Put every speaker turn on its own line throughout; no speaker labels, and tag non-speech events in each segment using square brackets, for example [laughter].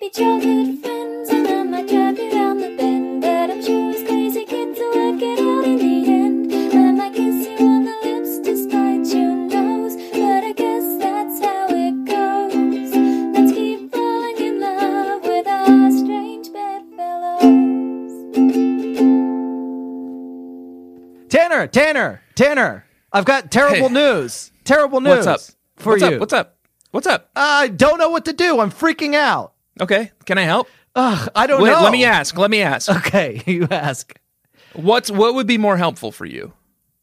be childhood friends, and I might drive you round the bend. But I'm sure as crazy kids will work it out in the end. I might kiss you on the lips despite your nose, but I guess that's how it goes. Let's keep falling in love with our strange bedfellows.
Tanner, Tanner, Tanner. I've got terrible
Hey.
news. Terrible news.
What's up?
For
What's
you.
Up? What's up? What's up?
I don't know what to do. I'm freaking out.
Okay. Can I help?
Ugh, I don't
Wait,
know.
let me ask. Let me ask.
[laughs] Okay, [laughs] you ask.
What's what would be more helpful for you?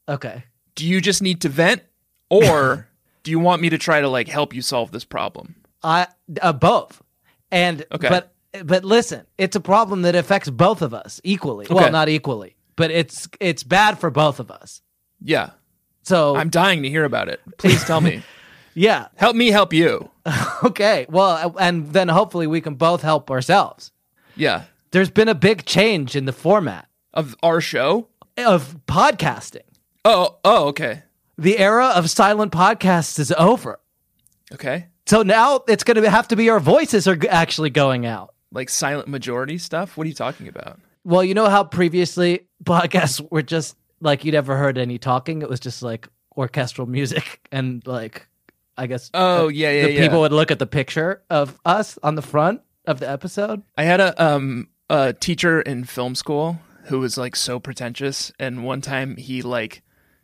Okay.
Do you just need to vent
[laughs]
or do you want me to try to like help you solve this problem?
I uh, both. And
Okay.
but but listen, it's a problem that affects both of us equally. Well,
Okay.
not equally, but it's it's bad for both of us.
Yeah.
So
I'm dying to hear about it. Please tell
[laughs]
me.
yeah,
help me help you.
okay. Well, and then hopefully we can both help ourselves.
Yeah.
There's been a big change in the format
Of our show?
of podcasting.
Oh, oh, okay.
The era of silent podcasts is over.
Okay.
So now it's going to have to be our voices are g- actually going out.
Like silent majority stuff? What are you talking about?
Well, you know how previously podcasts were just like you never heard any talking. It was just like orchestral music [laughs] and like I guess
Oh,
the-
yeah, yeah,
the
yeah.
people would look at the picture of us on the front of the episode.
I had a um a teacher in film school who was like so pretentious and one time he like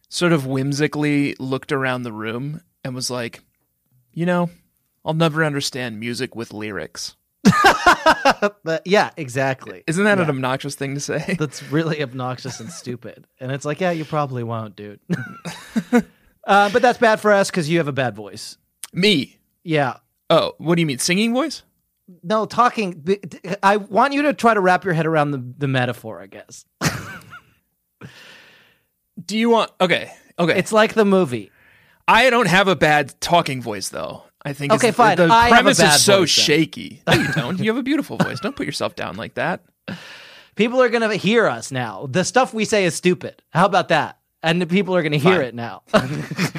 sort of whimsically looked around the room and was like, "You know, I'll never understand music with lyrics."
But yeah, exactly.
Isn't that an obnoxious thing
[laughs]
to say?
That's really obnoxious and stupid. And it's like, yeah, you probably won't,
[laughs]
dude. [laughs] uh, but that's bad for us because you have a bad voice.
Me.
Yeah.
Oh, what do you mean singing voice?
No, talking. b- d- I want you to try to wrap your head around the, the metaphor, I guess.
Do you want Okay. Okay.
It's like the movie.
I don't have a bad talking voice though. I think is-
Okay, fine.
the
I have a
premise
bad
is so
voice, then.
shaky. No, you
[laughs]
don't. You have a beautiful voice. Don't put yourself down like that.
People are going to hear us now. The stuff we say is stupid. How about that? And the people are going to hear
Fine.
it
[laughs]
now.
It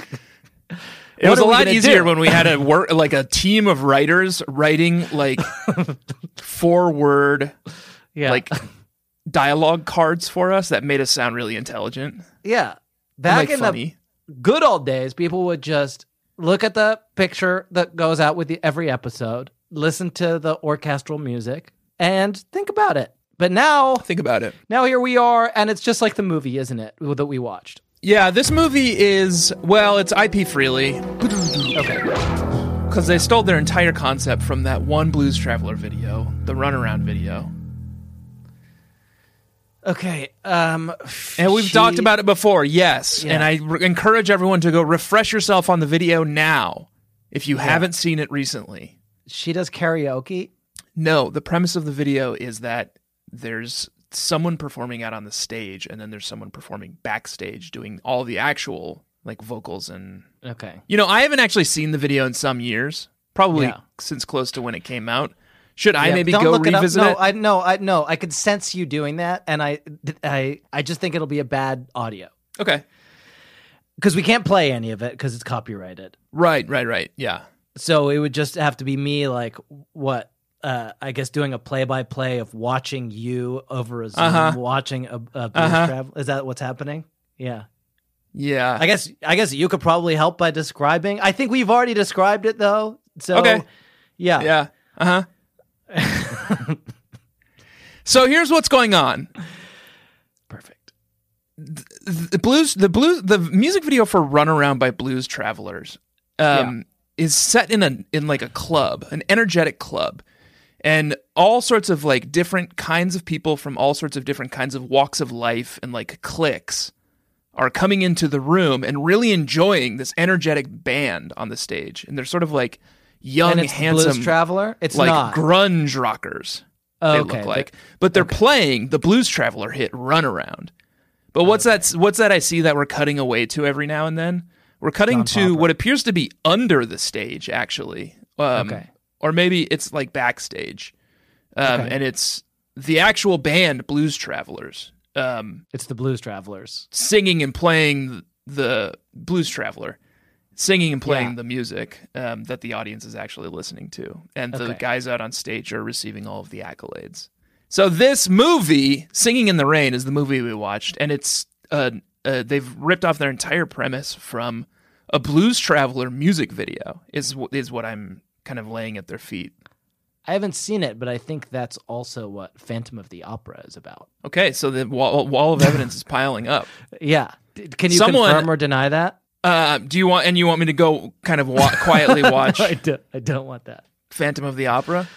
What
was
are
a
we
lot
gonna
easier
do?
when we had a work like a team of writers writing [laughs] like four word
yeah.
like dialogue cards for us that made us sound really intelligent. and,
yeah. Back
like
in
funny.
the good old days, people would just look at the picture that goes out with the, every episode, listen to the orchestral music, and think about it. But now,
Think about it.
now here we are, and it's just like the movie, isn't it, that we watched?
Yeah, this movie is well, it's IP Freely. Because they stole their entire concept from that one Blues Traveler video, the runaround video.
Okay. Um,
And we've
she-
talked about it before, yes.
Yeah.
And I re- encourage everyone to go refresh yourself on the video now if you haven't seen it recently.
She does karaoke.
No, the premise of the video is that there's someone performing out on the stage, and then there's someone performing backstage doing all the actual like vocals and
Okay.
you know I haven't actually seen the video in some years, probably
Yeah.
since close to when it came out. Should I
Yeah,
maybe
don't
go
look
revisit
it
it?
up. No, I no, I no, I could sense you doing that, and I, I, I just think it'll be a bad audio
okay,
because we can't play any of it because it's copyrighted.
right, right, right. Yeah,
So it would just have to be me, like what? Uh, I guess doing a play-by-play of watching you over a Zoom,
Uh-huh.
watching a, a blues
Uh-huh.
travel. Is that what's happening? Yeah,
yeah.
I guess. I guess you could probably help by describing. I think we've already described it though. So
Okay.
yeah,
Yeah. Uh huh.
[laughs]
so here's what's going on.
perfect.
The blues, the blues, the music video for "Runaround" by Blues Travelers um, is set in a in like a club, an energetic club, and all sorts of like different kinds of people from all sorts of different kinds of walks of life and like cliques are coming into the room and really enjoying this energetic band on the stage, and they're sort of like young,
And it's the
handsome,
blues traveler. It's
like
not
grunge rockers.
Oh,
they
okay,
look
but-
like, but they're playing the Blues Traveler hit "Runaround." But
Oh.
what's that? What's that? I see that we're cutting away to every now and then. We're cutting to what appears to be under the stage, actually. Um,
Okay.
Or maybe it's like backstage, um,
Okay.
and it's the actual band Blues Travelers um,
It's the blues travelers.
singing and playing the Blues Traveler, singing and playing
Yeah.
the music um, that the audience is actually listening to. And the
Okay.
guys out on stage are receiving all of the accolades. So this movie, Singing in the Rain, is the movie we watched, and it's uh, uh, they've ripped off their entire premise from a Blues Traveler music video. Is wh- is what I'm kind of laying at their feet.
I haven't seen it, but I think that's also what Phantom of the Opera is about.
Okay, so the wall, wall of evidence is
[laughs]
piling up.
Yeah. D- Can you
Someone-
confirm or deny that? [laughs]
Uh, do you want and you want me to go kind of wa- quietly
[laughs]
watch
I, do, I don't want that.
Phantom of the Opera?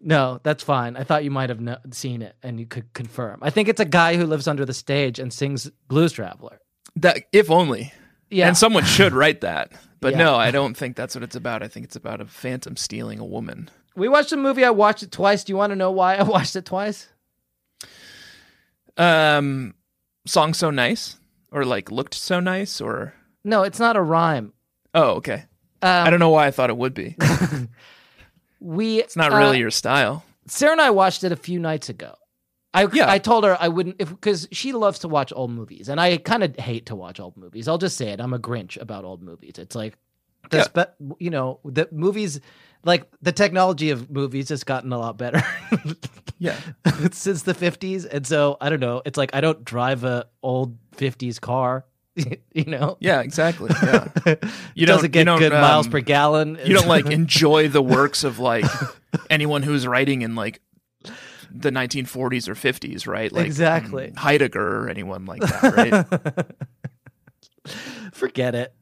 No, that's fine. I thought you might have kno- seen it and you could confirm. I think it's a guy who lives under the stage and sings Blues Traveler.
That if only.
Yeah.
And someone should write that. But
Yeah.
no, I don't think that's what it's about. I think it's about a phantom stealing a woman.
we watched a movie. I watched it twice. Do you want to know why I [laughs] watched it twice?
Um song so nice or like looked so nice or
No, it's not a rhyme.
Oh, okay.
Um,
I don't know why I thought it would be. It's
We uh, it's
not really your style.
Sarah and I watched it a few nights ago. I
Yeah.
I told her I wouldn't if because she loves to watch old movies and I kind of hate to watch old movies. I'll just say it. I'm a Grinch about old movies. It's like the
Yeah.
spe- you know the movies like the technology of movies has gotten a lot better [laughs]
Yeah.
since the 50s and so I don't know. It's like I don't drive a old 50s car. [laughs] You know,
Yeah, exactly. [laughs] Yeah.
you doesn't
You don't- you
get
don't,
good miles
um,
per gallon.
You don't like enjoy the works of like anyone who's writing in like the 1940s or 50s, right? Like
Exactly.
mm, Heidegger or anyone like that, right?
forget it.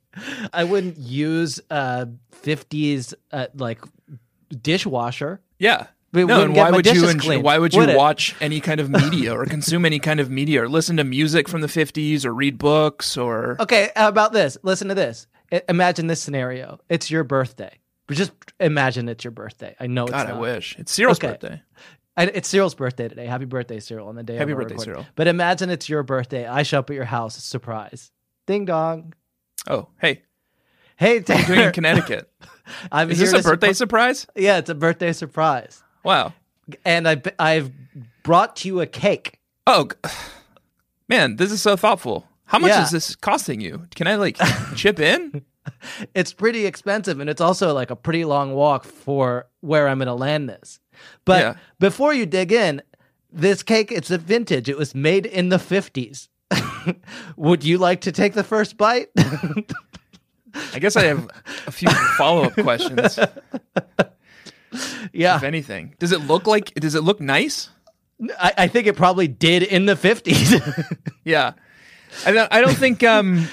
[laughs] I wouldn't use uh 50s uh, like dishwasher.
Yeah.
We
no,
wouldn't
and
get
why
my
would you
dishes
enjoy-
cleaned,
why would you
would it?
watch any kind of media or consume any kind of media or listen to music from the 50s or read books or
Okay, how about this? Listen to this. I- imagine this scenario. It's your birthday. Just imagine it's your birthday. I know it's
God, I
not.
wish. It's Cyril's
Okay.
birthday.
I, it's Cyril's birthday today. Happy birthday, Cyril! On the day,
Happy
of our
birthday,
recording.
Cyril.
But imagine it's your birthday. I show up at your house. Surprise! Ding dong.
Oh,
[laughs]
hey,
Hey, Taylor.
doing in Connecticut.
I'm
Is
here
this a
to surp-
birthday surprise?
yeah, it's a birthday surprise.
Wow.
And I, I've brought you a cake.
Oh, g- [sighs] man, this is so thoughtful. How much
Yeah.
is this costing you? Can I like chip in?
It's pretty expensive, and it's also like a pretty long walk for where I'm going to land this. But
Yeah.
before you dig in, this cake, it's a vintage. It was made in the 50s. [laughs] Would you like to take the first bite? [laughs]
I guess I have a few follow up questions, if
yeah.
anything. Does it look like, does it look nice?
I, I think it probably did in the [laughs] 50s.
Yeah, I don't. I don't think. Um,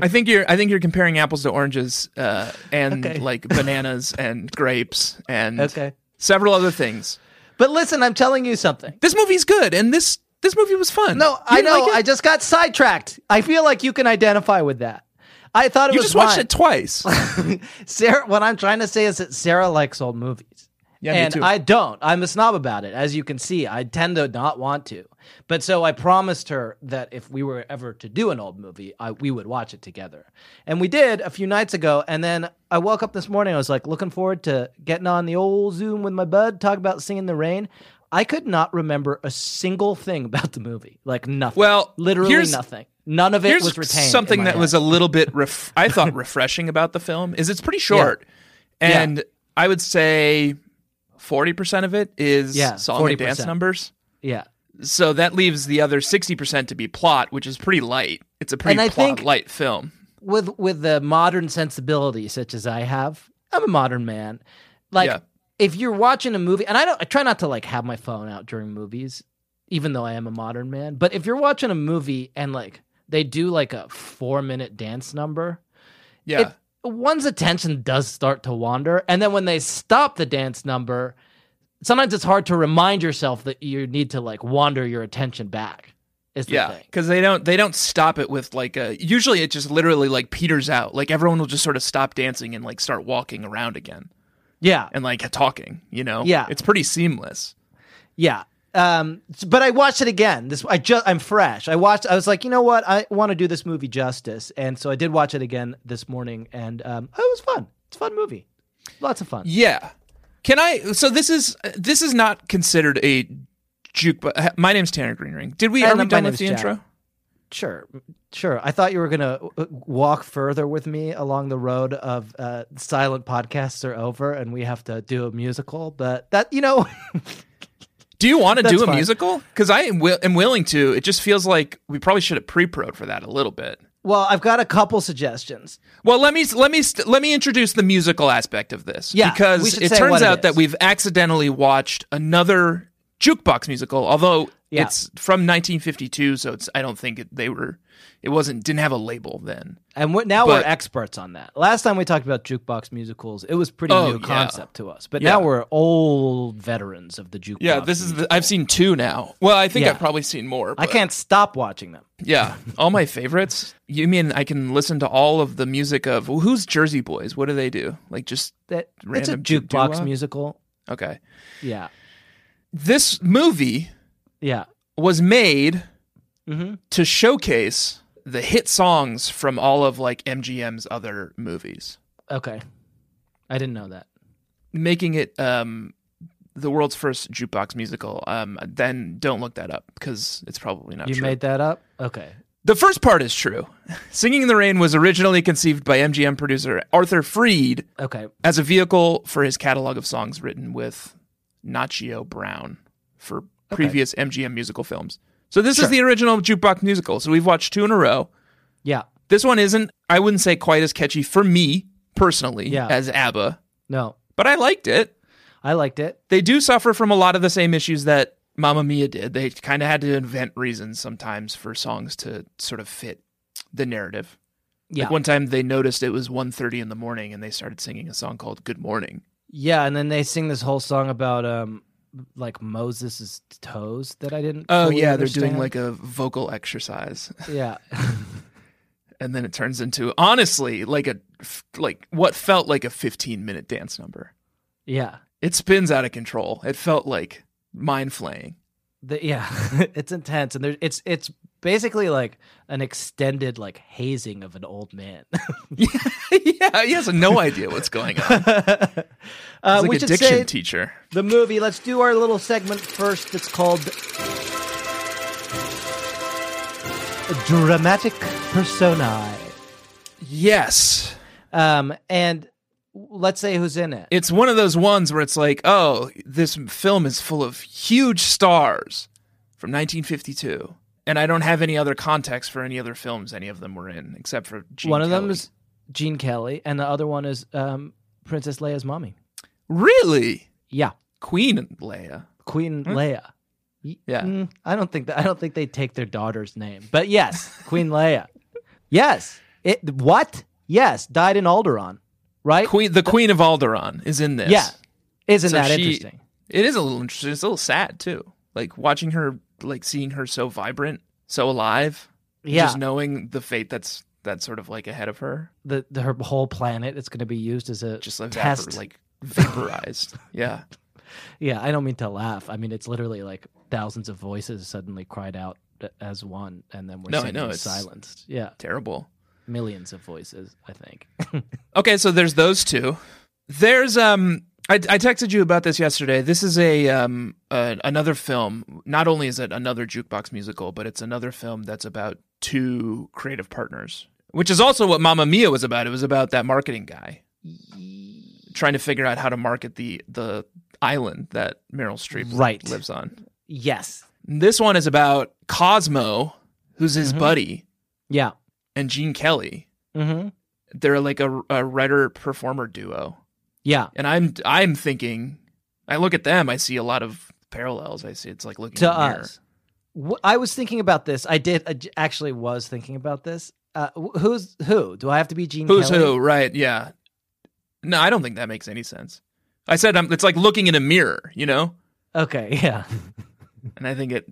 I think you're. I think you're comparing apples to oranges, uh, and
Okay.
like bananas and grapes and
okay.
several other things.
But listen, I'm telling you something.
This movie's good, and this this movie was fun.
No,
You
I
didn't
know.
like it?
I just got sidetracked. I feel like you can identify with that. I thought it
you
was
just watched
mine. [laughs]
it twice.
Sarah, what I'm trying to say is that Sarah likes old movies.
Yeah, me
and
too.
I don't. I'm a snob about it, as you can see. I tend to not want to. But so I promised her that if we were ever to do an old movie, I, we would watch it together. And we did a few nights ago. And then I woke up this morning. I was like looking forward to getting on the old Zoom with my bud, talk about singing the rain. I could not remember a single thing about the movie. Like nothing.
Well,
literally
here's-
nothing. None of it
Here's
was retained. in
something
my
that
head.
was a little bit. Ref- I thought refreshing about the film is it's pretty short,
Yeah.
and I would say forty percent of it is
Yeah,
song and dance
40%.
numbers.
yeah.
So that leaves the other 60% to be plot, which is pretty light. It's a pretty
And I
plot
think-
light film.
with with the modern sensibility such as I have, I'm a modern man. Like
Yeah.
if you're watching a movie, and I don't, I try not to like have my phone out during movies, even though I am a modern man. But if you're watching a movie and like they do like a four minute dance number,
Yeah.
it, one's attention does start to wander, and then when they stop the dance number, sometimes it's hard to remind yourself that you need to like wander your attention back. Is the
yeah,
thing.
because they don't they don't stop it with like a. Usually, it just literally like peters out. Like everyone will just sort of stop dancing and like start walking around again
Yeah.
and like talking. You know,
Yeah.
it's pretty seamless.
Yeah. Um, s- but I watched it again. This I just I'm fresh. I watched. I was like, you know what? I want to do this movie justice, and so I did watch it again this morning, and um, it was fun. It's a fun movie. Lots of fun.
Yeah, can I? So this is this is not considered a juke. But uh, my name's Tanner Greenring. Did we?
And
are we
Uh, my
done
name's
with the
Jack.
intro?
Sure, sure. I thought you were gonna uh, walk further with me along the road of uh, silent podcasts are over and we have to do a musical, but that you know, [laughs]
Do you want to do
That's
a
fine.
musical? Because I am, wi- am willing to. It just feels like we probably should have pre-prod for that a little bit.
well, I've got a couple suggestions.
Well, let me let me st- let me introduce the musical aspect of this.
Yeah, we
because
should
it
say
turns
what it
out
is.
that we've accidentally watched another jukebox musical, although
Yeah.
it's from 1952, so it's I don't think it, they were it wasn't didn't have a label then.
And we're, now
But-
we're experts on that. Last time we talked about jukebox musicals, it was pretty
Oh,
new
yeah.
concept to us, but
Yeah.
now we're old veterans of the jukebox.
Yeah, this is
music.
the, I've seen two now. Well, I think
Yeah.
I've probably seen more.
I
but-
can't stop watching them.
[laughs] Yeah, all my favorites. You mean I can listen to all of the music of who's Jersey Boys? What do they do? Like just
That it's a
Random ju-
jukebox
doo-wop?
musical.
okay.
Yeah,
This movie
yeah.
was made
hmm
to showcase the hit songs from all of like MGM's other movies,
Okay, I didn't know that.
making it um the world's first jukebox musical. Um then don't look that up because it's probably not
you
true.
made that up. Okay.
The first part is true. [laughs] Singing in the Rain was originally conceived by MGM producer Arthur Freed
Okay.
as a vehicle for his catalog of songs written with Nacho Brown for previous MGM musical films. So this
Sure.
is the original jukebox musical. So we've watched two in a row.
Yeah.
This one isn't, I wouldn't say quite as catchy for me personally
Yeah.
as ABBA,
No,
but I liked it.
I liked it.
They do suffer from a lot of the same issues that Mamma Mia did. They kind of had to invent reasons sometimes for songs to sort of fit the narrative.
Yeah.
Like one time they noticed it was 1:30 in the morning and they started singing a song called Good Morning.
yeah, and then they sing this whole song about um like Moses's toes that I didn't
Oh
fully
yeah, they're doing
understand.
like a vocal exercise, [laughs]
Yeah. [laughs]
and then it turns into honestly like a f- like what felt like a 15 minute dance number.
yeah.
It spins out of control. It felt like mind flaying.
The, yeah, [laughs] it's intense, and there, it's it's basically like an extended like hazing of an old man, [laughs]
yeah, Uh, he has no idea what's going [laughs] on. He's
uh,
like
we
a
should
diction
say
teacher.
the movie. Let's do our little segment first. It's called dramatic personae.
Yes,
Um, and let's say who's in it.
it's one of those ones where it's like, oh, this film is full of huge stars from 1952. And I don't have any other context for any other films any of them were in, except for Gene
one of them
Kelly.
is Gene Kelly, and the other one is um, Princess Leia's mommy.
really
Yeah,
Queen Leia.
Queen Leia. Y-
Hmm? Yeah.
mm, I don't think that. I don't think they take their daughter's name, but yes, Queen Leia.
[laughs]
Yes, it. What? Yes, died in Alderaan, right?
Queen, the Queen of Alderaan is in this.
Yeah, isn't
So
that
she-
interesting?
it is a little interesting. It's a little sad too. Like watching her, like seeing her so vibrant, so alive.
Yeah,
just knowing the fate that's that's sort of like ahead of her,
the, the her whole planet is going to be used as a
just like
test.
vapor, like [laughs] vaporized. yeah,
yeah, I don't mean to laugh. I mean it's literally like thousands of voices suddenly cried out a- as one, and then we're
No, I
suddenly
know, it's-
silenced. Yeah,
terrible.
millions of voices. I think. [laughs]
Okay, so there's those two. There's um, I, I texted you about this yesterday. This is a um, uh, another film. Not only is it another jukebox musical, but it's another film that's about two creative partners, which is also what Mamma Mia was about. It was about that marketing guy trying to figure out how to market the the island that Meryl Streep
Right.
lives on.
yes.
This one is about Cosmo, who's his buddy,
Yeah.
and Gene Kelly.
Mm-hmm.
They're like a, a writer performer duo.
Yeah.
and I'm I'm thinking, I look at them, I see a lot of parallels. I see it's like looking
to
in a mirror.
us. Wh- I was thinking about this. I did I j- actually was thinking about this. Uh, wh- who's who? Do I have to be Gene?
Who's
Kelly?
who? Right? Yeah. No, I don't think that makes any sense. I said I'm, it's like looking in a mirror, you know.
Okay, [laughs] yeah,
And I think it,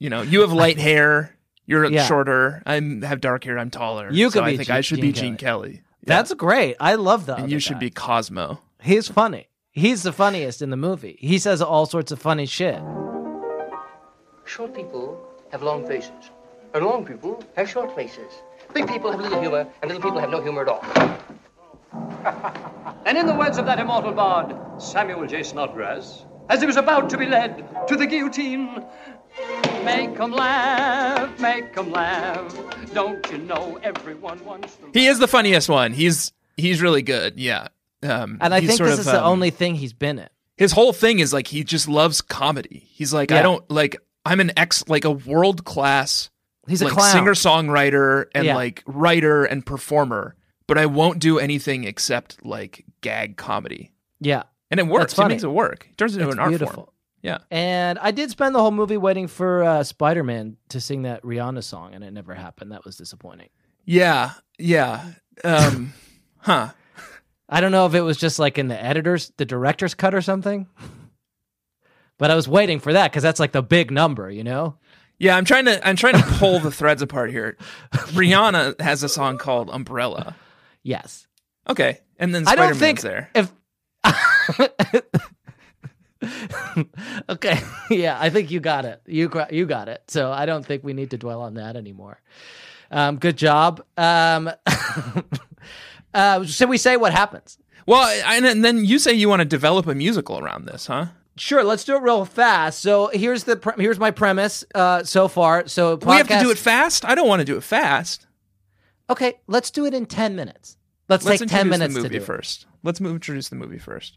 you know, you have
[laughs]
light hair, you're
Yeah.
shorter. I'm have dark hair. I'm taller.
You
so
could
I
be
think
Gene-
I should be
Gene
Gene Kelly.
that's great. I love that.
and you should be Cosmo.
He's funny. He's the funniest in the movie. He says all sorts of funny shit.
Short people have long faces, and long people have short faces. Big people have little humor, and little people have no humor at all.
[laughs] And in the words of that immortal bard, Samuel J. Snodgrass, as he was about to be led to the guillotine, Make 'em laugh, make 'em laugh. Don't you know everyone wants to
He is the funniest one. He's he's really good. Yeah. Um,
And I
he's
think
sort
this
of,
is the
um,
only thing he's been in.
his whole thing is like he just loves comedy. He's like I
Yeah.
don't like I'm an ex like a world class
He's a
like
clown.
singer songwriter and
Yeah.
like writer and performer, but I won't do anything except like gag comedy.
Yeah.
And it works. He
funny.
makes it work. He turns it into
It's
an art
beautiful.
form. Yeah.
And I did spend the whole movie waiting for uh, Spider Man to sing that Rihanna song, and it never happened. That was disappointing.
Yeah. Yeah. Um [laughs] huh.
I don't know if it was just like in the editor's, the director's cut or something. But I was waiting for that because that's like the big number, you know?
Yeah, I'm trying to I'm trying to pull the threads apart here. Rihanna has a song called Umbrella.
Yes.
Okay. And then
I
Spider
don't
Man's
think
there.
if. [laughs] okay, [laughs] yeah, I think you got it. You gra- you got it. So I don't think we need to dwell on that anymore. Um, good job. Um, [laughs] uh, should we say what happens?
Well, I- and, and then you say you want to develop a musical around this, huh?
Sure, let's do it real fast. So here's the pre- here's my premise uh, so far. So
We have to do
podcast-
it fast. I don't want to do it fast.
Okay, let's do it in ten minutes. Let's,
Let's
take
introduce
ten minutes
the
to
movie
do it.
first. Let's move, introduce the movie first.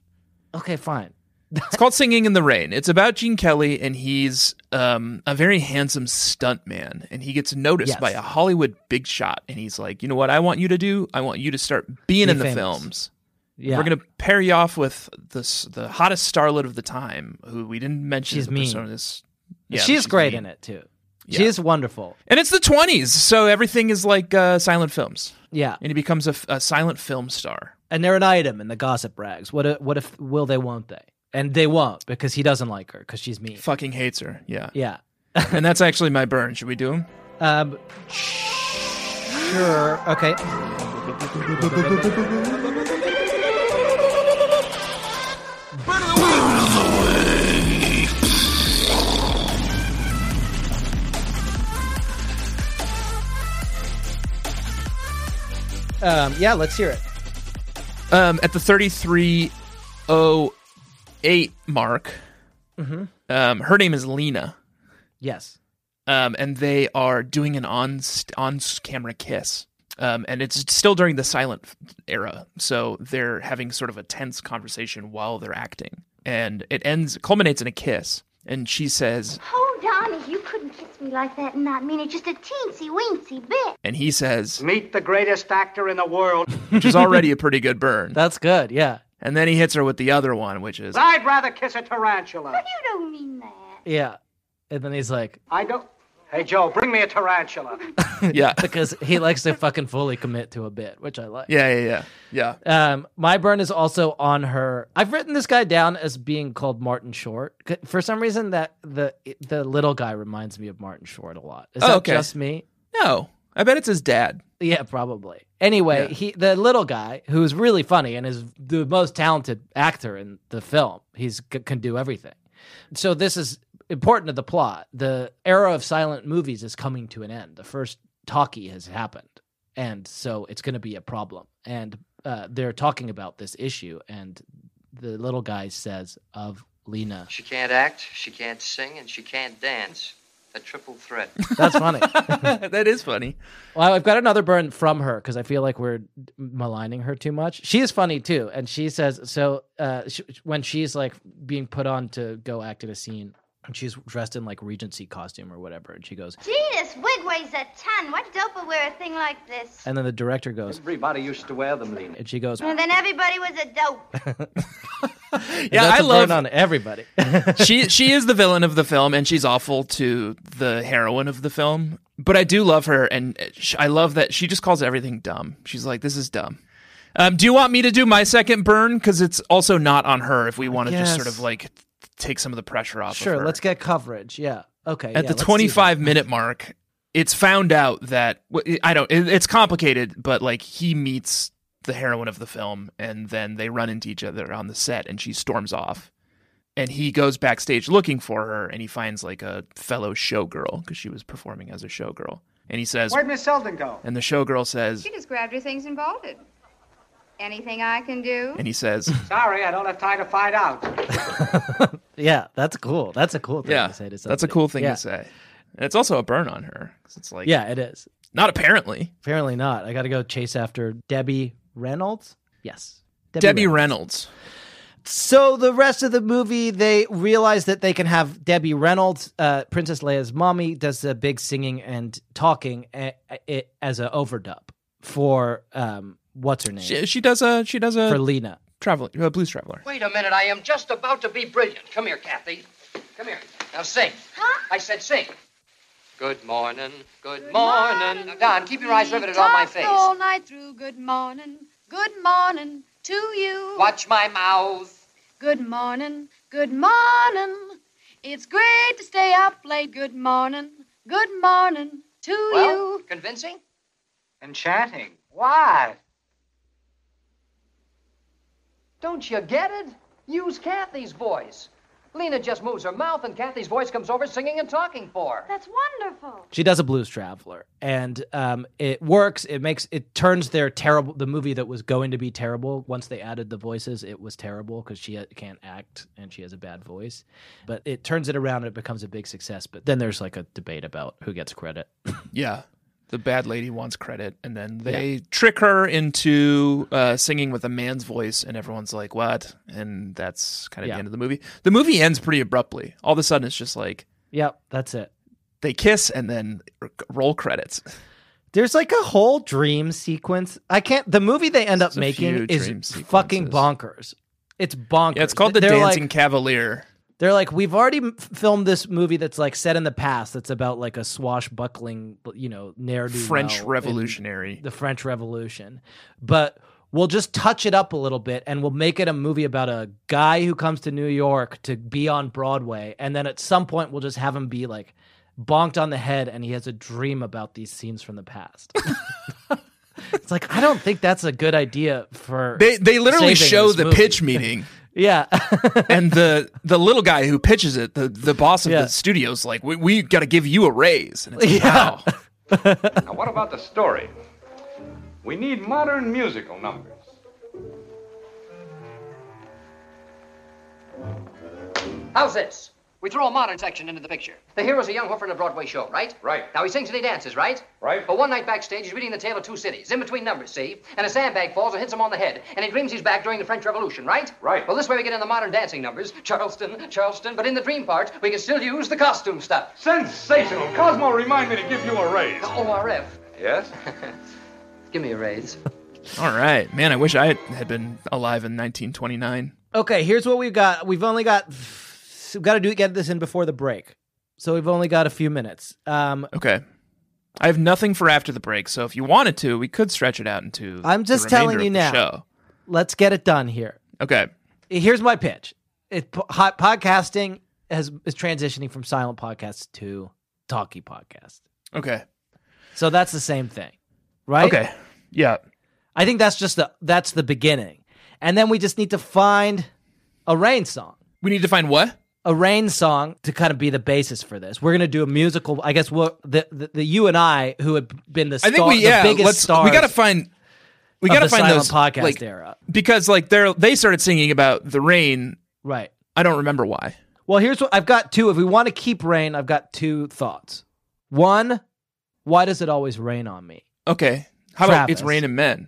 Okay, fine.
It's called Singing in the Rain. It's about Gene Kelly, and he's um, a very handsome stunt man, and he gets noticed
Yes.
by a Hollywood big shot, and he's like, you know what? I want you to do. I want you to start being
Be
in the
famous.
films.
Yeah,
We're gonna pair you off with this the hottest starlet of the time, who we didn't mention.
She's
the person
mean.
of This,
And
yeah,
she's, great
mean.
in it too. She
Yeah.
is wonderful.
And it's the twenties, so everything is like uh, silent films,
Yeah,
and he becomes a, f- a silent film star.
and they're an item in the gossip rags. What if, what if will they won't they? And they won't because he doesn't like her because she's mean.
Fucking hates her. Yeah,
Yeah.
and that's actually my burn. Should we do him?
Um. Sure. Okay. Um, yeah, let's hear it.
Um, at the thirty-three oh eight mark, um, her name is Lena,
Yes.
um, and they are doing an on on camera kiss. Um, and it's still during the silent era, so they're having sort of a tense conversation while they're acting, and it ends culminates in a kiss. And she says,
Oh, Donnie, you couldn't kiss me like that and not mean it just a teensy weensy bit.
and he says,
meet the greatest actor in the world?
which is already a pretty good burn.
That's good. Yeah.
And then he hits her with the other one, which is
I'd rather kiss a tarantula.
You don't mean that.
Yeah. And then he's like,
I don't. Hey, Joe, bring me a tarantula.
yeah,
because he likes to fucking fully commit to a bit, which I like.
yeah, yeah, yeah, yeah.
Um, my burn is also on her. I've written this guy down as being called Martin Short. C- For some reason, that the the little guy reminds me of Martin Short a lot. Is
Oh,
that
okay.
just me?
No, I bet it's his dad.
[laughs] Yeah, probably. Anyway,
Yeah.
he the little guy who is really funny and is the most talented actor in the film. He's c- can do everything. So this is important to the plot. The era of silent movies is coming to an end. The first talkie has happened, and so it's going to be a problem. And uh, they're talking about this issue, and the little guy says of Lena,
She can't act, she can't sing, and she can't dance. A triple threat.
"That's funny."
that is funny.
Well, I've got another burn from her because I feel like we're maligning her too much. She is funny too, and she says so uh, sh- when she's like being put on to go act in a scene, and she's dressed in like Regency costume or whatever, and she goes,
Gee, this wig weighs a ton. What dope would wear a thing like this?
and then the director goes,
Everybody used to wear them, Lena.
and she goes,
And then everybody was a dope.
yeah,
Yeah,
that's a
I love
burn on everybody. [laughs]
she she is the villain of the film and she's awful to the heroine of the film but i do love her and sh i love that she just calls everything dumb she's like this is dumb um, do you want me to do my second burn because it's also not on her if we want to
guess.
just sort of like take some of the pressure off of
sure,
her.
let's get coverage. Yeah, okay. yeah,
at the
let's see
25 minute mark it's found out that w- i don't it, it's complicated but like he meets the heroine of the film and then they run into each other on the set and she storms off and he goes backstage looking for her and he finds like a fellow showgirl because she was performing as a showgirl and he says
Where'd Miss Selden go?
and the showgirl says
She just grabbed her things and bolted. Anything I can do?
and he says
Sorry, I don't have time to find out.
that. Yeah, that's cool. That's a cool thing
yeah
to say to somebody.
that's a cool thing
Yeah.
to say And it's also a burn on her. 'cause it's like,
Yeah, it is.
not apparently.
Apparently not. I got to go chase after Debbie Reynolds. Yes.
Debbie Reynolds.
So the rest of the movie, they realize that they can have Debbie Reynolds, uh, Princess Leia's mommy, does the big singing and talking a- it as a overdub for um, what's her name
She, she does a she does
for
a
Lena.
travel a blues traveler.
Wait a minute, I am just about to be brilliant. Come here, Kathy. Come here. Now sing. Huh? I said sing. Good morning. Good, morning. Now, Don, keep your eyes riveted on my
Talked
face.
All night through. Good morning. Good morning to you.
Watch my mouth.
Good morning. Good morning. It's great to stay up late. Good morning. Good morning to
Well,
you.
convincing?
Enchanting.
Why? Don't you get it? Use Kathy's voice. Lena just moves her mouth, and Kathy's voice comes over singing and talking for her.
That's wonderful.
She does a blues traveler, and um, it works. It makes it turns their terrible the movie that was going to be terrible. Once they added the voices, it was terrible because she ha- can't act and she has a bad voice. But it turns it around and it becomes a big success. But then there's like a debate about who gets credit.
Yeah. The bad lady wants credit, and then they trick her into uh, singing with a man's voice, and everyone's like, "What?" And that's kind of
Yeah.
the end of the movie. The movie ends pretty abruptly. All of a sudden, it's just like
yep, that's it.
they kiss, and then r- roll credits.
There's like a whole dream sequence. I can't. The movie they end up
There's a few
making is
dream
fucking bonkers. It's bonkers.
Yeah, it's called the
They're like-
Dancing Cavalier.
They're like, we've already m- filmed this movie that's like set in the past. That's about like a swashbuckling, you know, ne'er do
French revolutionary.
the French Revolution, but we'll just touch it up a little bit and we'll make it a movie about a guy who comes to New York to be on Broadway, and then at some point we'll just have him be like bonked on the head and he has a dream about these scenes from the past. it's like I don't think that's a good idea for
They they literally
saving
show
this
the
movie. [laughs]
pitch meeting,
yeah.
and the the little guy who pitches it, the the boss of
Yeah.
the studio's like, "We, we got to give you a raise." And it's
[laughs]
like,
Yeah.
wow.
Now, what about the story? We need modern musical numbers.
How's this? We throw a modern section into the picture. The hero's a young hooper in a Broadway show, right?
Right.
Now he sings and he dances, right?
Right.
But one night backstage, he's reading the tale of two cities, in between numbers, see? And a sandbag falls and hits him on the head, and he dreams he's back during the French Revolution, right?
Right.
Well, this way we get in the modern dancing numbers, Charleston, Charleston. But in the dream part, we can still use the costume stuff.
Sensational. Cosmo, remind me to give you a raise.
The ORF.
Yes?
[laughs] Give me a raise.
All right, man. I wish I had been alive in 1929.
Okay, here's what we've got. We've only got we've got to do get this in before the break. So we've only got a few minutes. Um
Okay. I have nothing for after the break, so if you wanted to, we could stretch it out into.
I'm
the
just telling
remainder
you
of the
now.
Show.
let's get it done here.
Okay.
Here's my pitch. It po- hot podcasting has is transitioning from silent podcasts to talkie podcast.
Okay.
So that's the same thing. Right?
Okay. Yeah.
I think that's just the that's the beginning. And then we just need to find a rain song.
We need to find what?
a rain song to kind of be the basis for this. We're gonna do a musical. I guess what the, the the you and I who had been the
I
star,
think we yeah.
the biggest
let's
stars.
we gotta find. We
of
gotta
the
find
silent
those
podcast
like,
era,
because like they're they started singing about the rain.
right?
I don't remember why.
Well, here's what I've got two. If we want to keep rain, I've got two thoughts. One, why does it always rain on me?
Okay. How about
Travis.
it's raining men?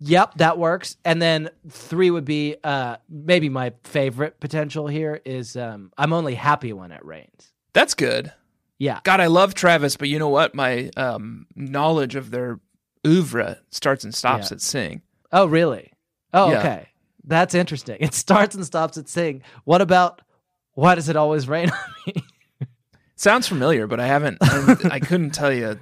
Yep, that works. And then three would be uh, maybe my favorite potential here is um, I'm only happy when it rains.
That's good.
Yeah.
God, I love Travis, but you know what? My um, knowledge of their oeuvre starts and stops
Yeah.
at sing.
Oh, really? Oh,
Yeah.
okay. That's interesting. [laughs] It starts and stops at sing. What about why does it always rain on me?
Sounds familiar, but I haven't. I,
[laughs]
I couldn't tell you.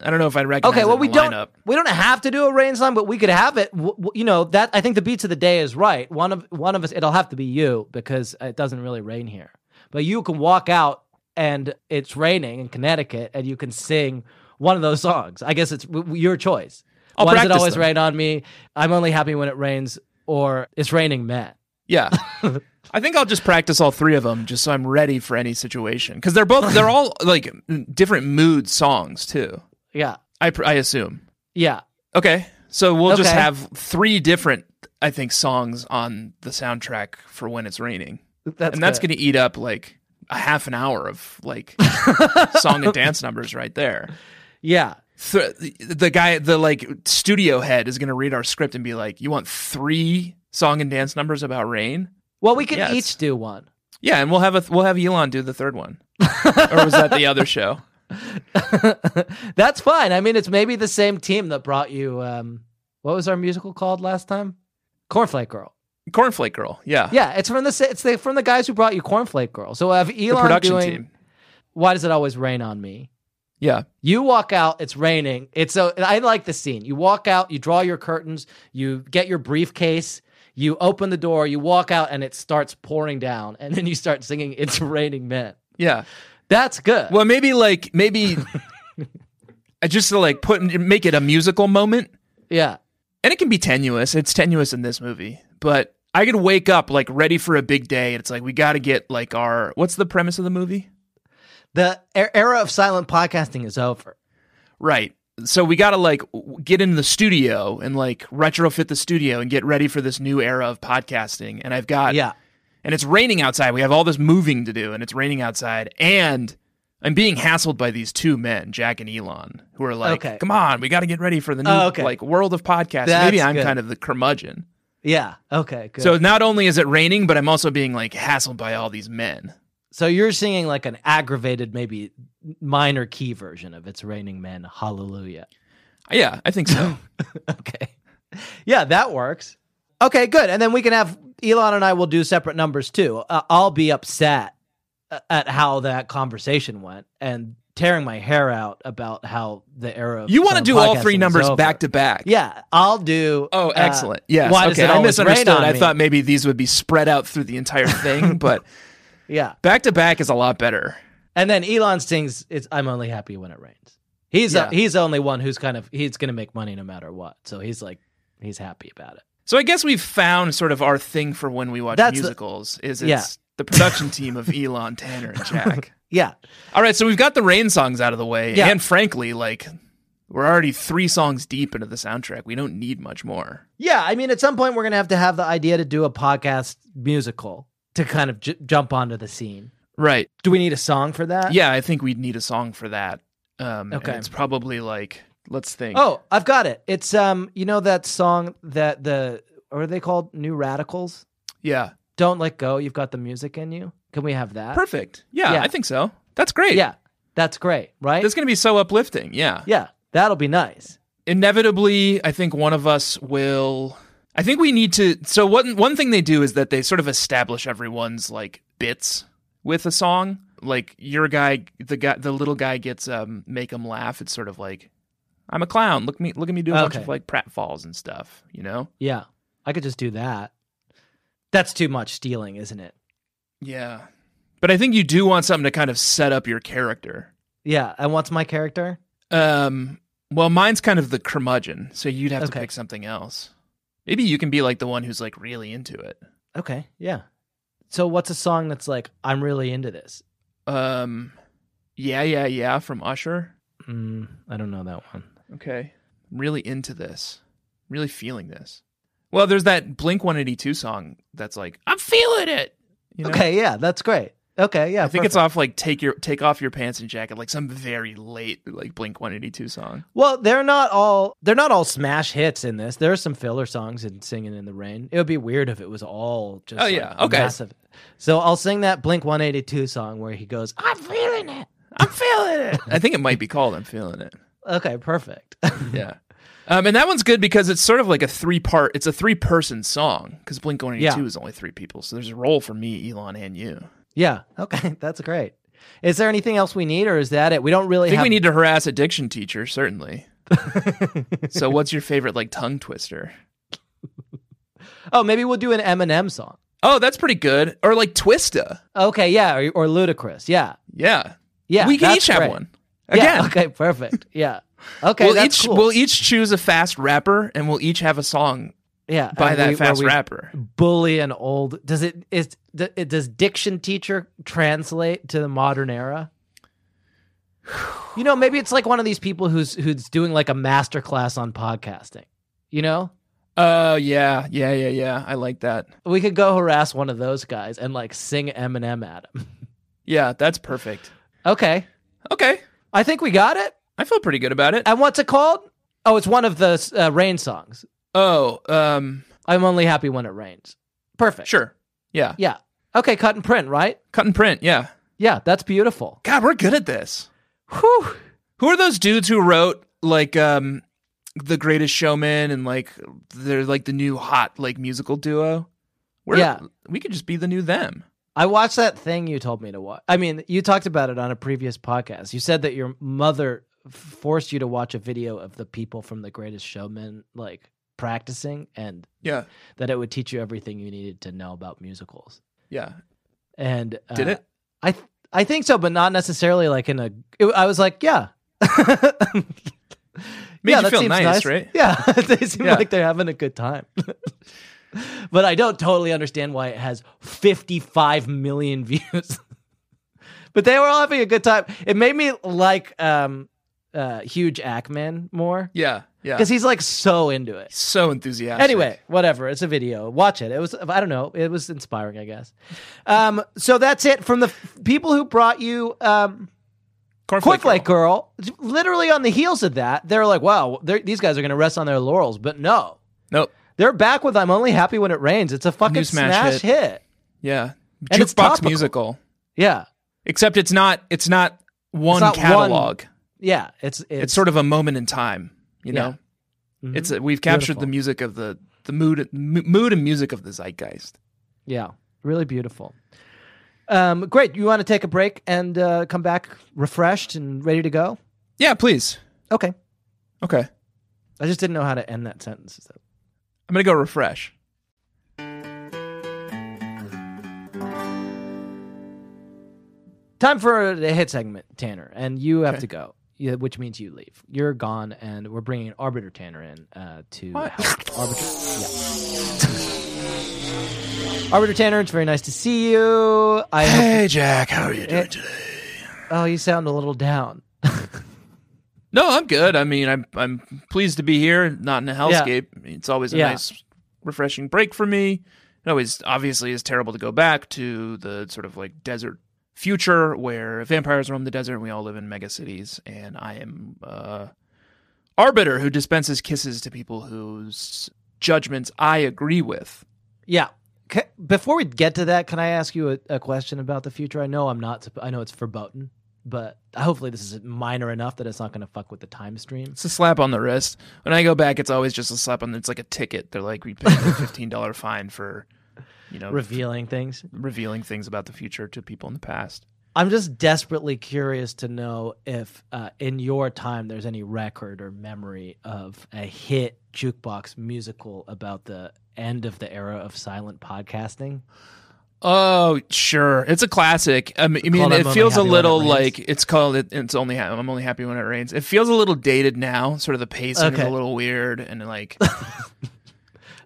I don't know if I'd recognize.
okay,
it
well
in
we
a
don't
lineup.
we don't have to do a rain song, but we could have it. W- w- you know that I think the beats of the day is right. One of one of us. It'll have to be you because it doesn't really rain here. But you can walk out and it's raining in Connecticut, and you can sing one of those songs. I guess it's w- w- your choice.
I'll
why does it
practice
always
them.
rain on me? I'm only happy when it rains, or it's raining men.
Yeah.
[laughs]
I think I'll just practice all three of them just so I'm ready for any situation because they're both they're all like different mood songs too.
Yeah,
I pr- I assume.
yeah.
Okay, so we'll just
Okay.
have three different I think songs on the soundtrack for when it's raining,
That's
and that's
good.
going to eat up like a half an hour of
[laughs]
like song and dance numbers right there.
Yeah.
Th- the guy, the like studio head, is going to read our script and be like, "You want three song and dance numbers about rain?"
Well, we could
Yeah, it's-
each do one.
Yeah, and we'll have a we'll have Elon do the third one, or
[laughs]
was that the other show?
That's fine. I mean, it's maybe the same team that brought you. Um, what was our musical called last time? Cornflake Girl.
Cornflake Girl. Yeah,
Yeah, it's from the sa- it's the, from the guys who brought you Cornflake Girl. So I have
the
Elon
production
doing.
team.
Why does it always rain on me?
Yeah,
You walk out, it's raining. It's so I like the scene. You walk out, you draw your curtains, you get your briefcase, you open the door, you walk out, and it starts pouring down, and then you start singing "It's Raining Men."
yeah.
That's good.
Well, maybe like
[laughs]
maybe I just to like put make it a musical moment,
yeah,
and it can be tenuous. It's tenuous in this movie, but I could wake up like ready for a big day, and it's like we got to get like our what's the premise of the movie?
the e- era of silent podcasting is over.
Right. So we got to like w- get in the studio and like retrofit the studio and get ready for this new era of podcasting. And I've got
Yeah,
and it's raining outside. We have all this moving to do, and it's raining outside. And I'm being hassled by these two men, Jack and Elon, who are like,
Okay.
"Come on, we got to get ready for the new
Oh, okay.
like world of podcasts."
That's
Maybe I'm
good.
kind of the curmudgeon.
yeah. Okay, good.
So
So,
not only is it raining, but I'm also being like hassled by all these men.
so you're singing like an aggravated, maybe minor key version of "It's Raining Men." Hallelujah. [laughs]
Yeah, I think so.
Okay. Yeah, that works. Okay, good. And then we can have Elon and I will do separate numbers too. Uh, I'll be upset a- at how that conversation went and tearing my hair out about how the era. Of
[laughs] you want to
some
do all
podcasting
three
is
numbers
over.
back to back?
Yeah, I'll do.
Oh,
uh,
excellent. yes.
Why
okay.
does it
I
always rain
misunderstood.
on
I
me?
thought maybe these would be spread out through
[laughs]
the entire thing, but
Yeah,
back to back is a lot better.
and then Elon sings. It's I'm only happy when it rains. He's
Yeah.
uh, he's the only one who's kind of he's going to make money no matter what. So he's like he's happy about it.
So I guess we've found sort of our thing for when we watch
That's the-
musicals is it's
Yeah.
the production team of Elon, Tanner,
[laughs]
and Jack.
Yeah,
All right, so we've got the rain songs out of the way,
Yeah.
and frankly, like we're already three songs deep into the soundtrack. We don't need much more.
Yeah, I mean, at some point we're gonna have to have the idea to do a podcast musical to kind of j- jump onto the scene.
Right?
Do we need a song for that?
Yeah, I think we'd need a song for that. Um, okay,
Uh, Okay.
it's probably like let's think.
Oh, I've got it. It's um, you know that song that the what are they called? New Radicals.
yeah,
Don't let go. You've got the music in you. Can we have that?
perfect. Yeah,
Uh, Yeah.
I think so. That's great.
Yeah, that's great, right?
that's gonna be so uplifting. Yeah,
yeah, that'll be nice.
inevitably i think one of us will i think we need to so one one thing they do is that they sort of establish everyone's like bits with a song like your guy the guy the little guy gets um make him laugh it's sort of like i'm a clown look me look at me do a bunch
Okay.
of like pratfalls and stuff you know
Yeah, I could just do that. That's too much stealing, isn't it?
yeah but i think you do want something to kind of set up your character
Yeah. And what's my character?
um well mine's kind of the curmudgeon so you'd have to
Okay.
pick something else maybe you can be like the one who's like really into it
Okay. Yeah. So what's a song that's like I'm really into this?
Um, yeah, yeah, yeah, from Usher.
Mm, I don't know that one.
Okay, I'm really into this. I'm really feeling this. Well, there's that Blink 182 song that's like, I'm feeling it. You know?
Okay, yeah, that's great. Okay, yeah,
I think it's off like take your take off your pants and jacket, like some very late like Blink 182 song.
Well, they're not all they're not all smash hits in this. There are some filler songs in "Singing in the Rain." It would be weird if it was all just
Oh,
like,
yeah, okay.
massive. So I'll sing that Blink One Eighty Two song where he goes, "I'm feeling it."
I'm feeling [laughs] it. I think it might be called I'm feeling it.
Okay, perfect. [laughs]
Yeah. Um, and that one's good because it's sort of like a three part. It's a three person song because Blink 182
Yeah.
is only three people, so there's a role for me, Elon, and you.
yeah, [laughs] okay, that's great. Is there anything else we need, or is that it? We don't really
I think
have.
we need to harass addiction
[laughs]
teacher, certainly. so what's your favorite like tongue twister?
oh, maybe we'll do an Eminem song.
Oh, that's pretty good. Or like Twista.
Okay, yeah, or, or Ludacris. Yeah,
Yeah.
yeah.
we can
that's
each have
great.
one. Again.
Yeah, [laughs] okay, perfect.
[laughs]
Yeah. Okay,
we'll
that's
each
cool.
we'll each choose a fast rapper and we'll each have a song
yeah,
by
and
that
we- where
fast
we
rapper.
Bully an old. Does it is d- it- does diction teacher translate to the modern era? You know, maybe it's like one of these people who's who's doing like a master class on podcasting. You know,
Oh yeah, yeah, yeah, yeah. I like that.
we could go harass one of those guys and like sing Eminem at him.
Yeah, that's perfect.
Okay.
Okay.
I think we got it.
I feel pretty good about it.
And what's it called? Oh, it's one of the uh, rain songs.
Oh, um,
I'm only happy when it rains. Perfect.
sure. Yeah.
Yeah. Okay, cut and print, right?
Cut and print. Yeah.
Yeah, that's beautiful.
God, we're good at this.
Whew.
Who are those dudes who wrote like um The Greatest Showman and like they're like the new hot like musical duo? We're,
Yeah.
we could just be the new them.
I watched that thing you told me to watch. I mean, you talked about it on a previous podcast. You said that your mother f- forced you to watch a video of the people from The Greatest Showman like practicing and
Yeah,
that it would teach you everything you needed to know about musicals.
yeah.
And uh,
Did it?
I th- I think so, but not necessarily like in a. it- I was like,
[laughs]
yeah.
Made you feel nice, right?
Yeah, [laughs] they seem
Yeah.
like they're having a good time. [laughs] but I don't totally understand why it has 55 million [laughs] views. but they were all having a good time. It made me like um, uh, Huge Ackman more
Yeah, yeah.
because he's like so into it.
so enthusiastic.
Anyway, whatever. It's a video. Watch it. It was I don't know. It was inspiring, I guess. Um, so that's it from the f- people who brought you um,
Cornflake
Quick Like Girl. Literally on the heels of that, they're like, "Wow, they're, these guys are going to rest on their laurels." But no,
Nope.
they're back with "I'm Only Happy When It Rains." It's a fucking
New smash
smash hit.
hit. Yeah,
And it's
jukebox
topical.
musical.
Yeah,
Except it's not. It's not one
not one-
catalog.
yeah. It's it's,
It's, Mm-hmm. sort of a moment in time. You
Yeah.
know, it's a, we've captured
Beautiful.
the music of the the mood m- mood and music of the zeitgeist.
yeah, really beautiful. Um, great. You want to take a break and uh, come back refreshed and ready to go?
Yeah, please.
Okay.
Okay, I'm
I just didn't know how to end that sentence. So.
gonna go refresh.
Time for the hit segment, Tanner, and you have to go, yeah, which means you leave. You're gone, and we're bringing Arbiter Tanner in uh, to
What?
help. Arbiter, yeah. Arbiter Tanner, it's very nice to see you. I hope-
Hey, Jack, how are you doing today?
oh, you sound a little down.
No, I'm good. I mean, I'm I'm pleased to be here, not in a hellscape. It's always a
Yeah.
nice, refreshing break for me. It always obviously is terrible to go back to the sort of like desert future where vampires roam the desert and we all live in mega cities. And I am uh, arbiter who dispenses kisses to people whose judgments I agree with.
Yeah. C- Before we get to that, can I ask you a, a question about the future? I know I'm not. supp- I know it's verboten, but hopefully this is minor enough that it's not going to fuck with the time stream.
It's a slap on the wrist. When I go back, it's always just a slap on. It's like a ticket. They're like, we pay a fifteen dollar fine for, you know,
Revealing things.
revealing things about the future to people in the past.
I'm just desperately curious to know if, uh, in your time, there's any record or memory of a hit jukebox musical about the end of the era of silent podcasting.
Oh, sure. It's a classic. I mean, I mean
Called I'm
it
Only
feels a
Happy When It
little
Rains?
like it's called it, it's only ha- I'm only happy when it rains. It feels a little dated now. Sort of the pacing is
Okay.
a little weird and like
[laughs]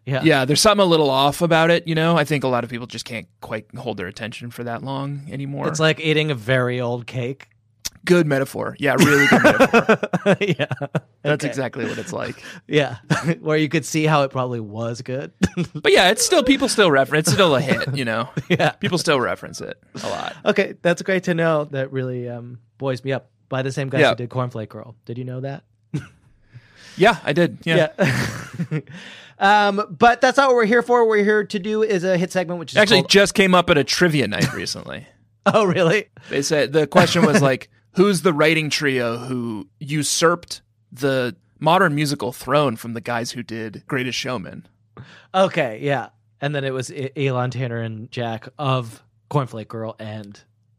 Yeah.
yeah, there's something a little off about it, you know? I think a lot of people just can't quite hold their attention for that long anymore.
It's like eating a very old cake. [laughs]
good metaphor. Yeah, really good metaphor.
yeah.
That's
Okay.
exactly what
[laughs]
it's like.
Yeah. Where you could see how it probably was good. [laughs]
But yeah, it's still people still reference it's still a hit, you know.
Yeah.
People still reference it a lot.
okay. That's great to know. That really um, buoys me up by the same guys
Yeah.
who did Cornflake Girl. Did you know that?
Yeah, I did. yeah.
Yeah. [laughs] um, but that's not what we're here for. What we're here to do is a hit segment, which is
Actually,
called-
just came up at a trivia night recently.
[laughs] oh really?
[laughs] They said the question was like, who's the writing trio who usurped the modern musical throne from the guys who did Greatest Showman?
Okay, yeah. And then it was E- Elon Tanner and Jack of Cornflake Girl and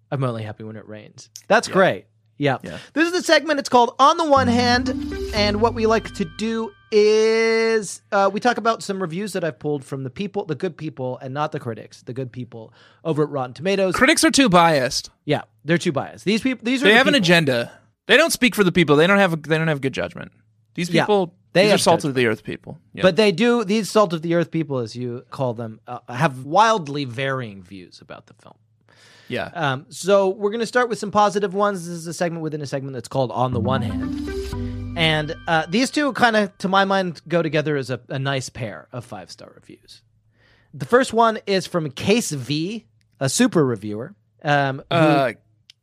I'm only happy when it rains. That's great. Yeah.
Yeah.
This is the segment. It's called On the One Hand. And what we like to do is uh, we talk about some reviews that I've pulled from the people, the good people, and not the critics, the good people over at Rotten Tomatoes.
Critics are too biased.
yeah, they're too biased. These people, these are
They
the
have an
people-
agenda. They don't speak for the people. They don't have they don't have good judgment. These
Yeah.
people
They
these are
have
salt of the earth people. Yeah.
But they do, these salt of the earth people, as you call them, uh, have wildly varying views about the film.
yeah.
Um, so we're going to start with some positive ones. This is a segment within a segment that's called On the One Hand. And uh, these two kind of, to my mind, go together as a, a nice pair of five star reviews. The first one is from Case V, a super reviewer. Um, who-
Uh,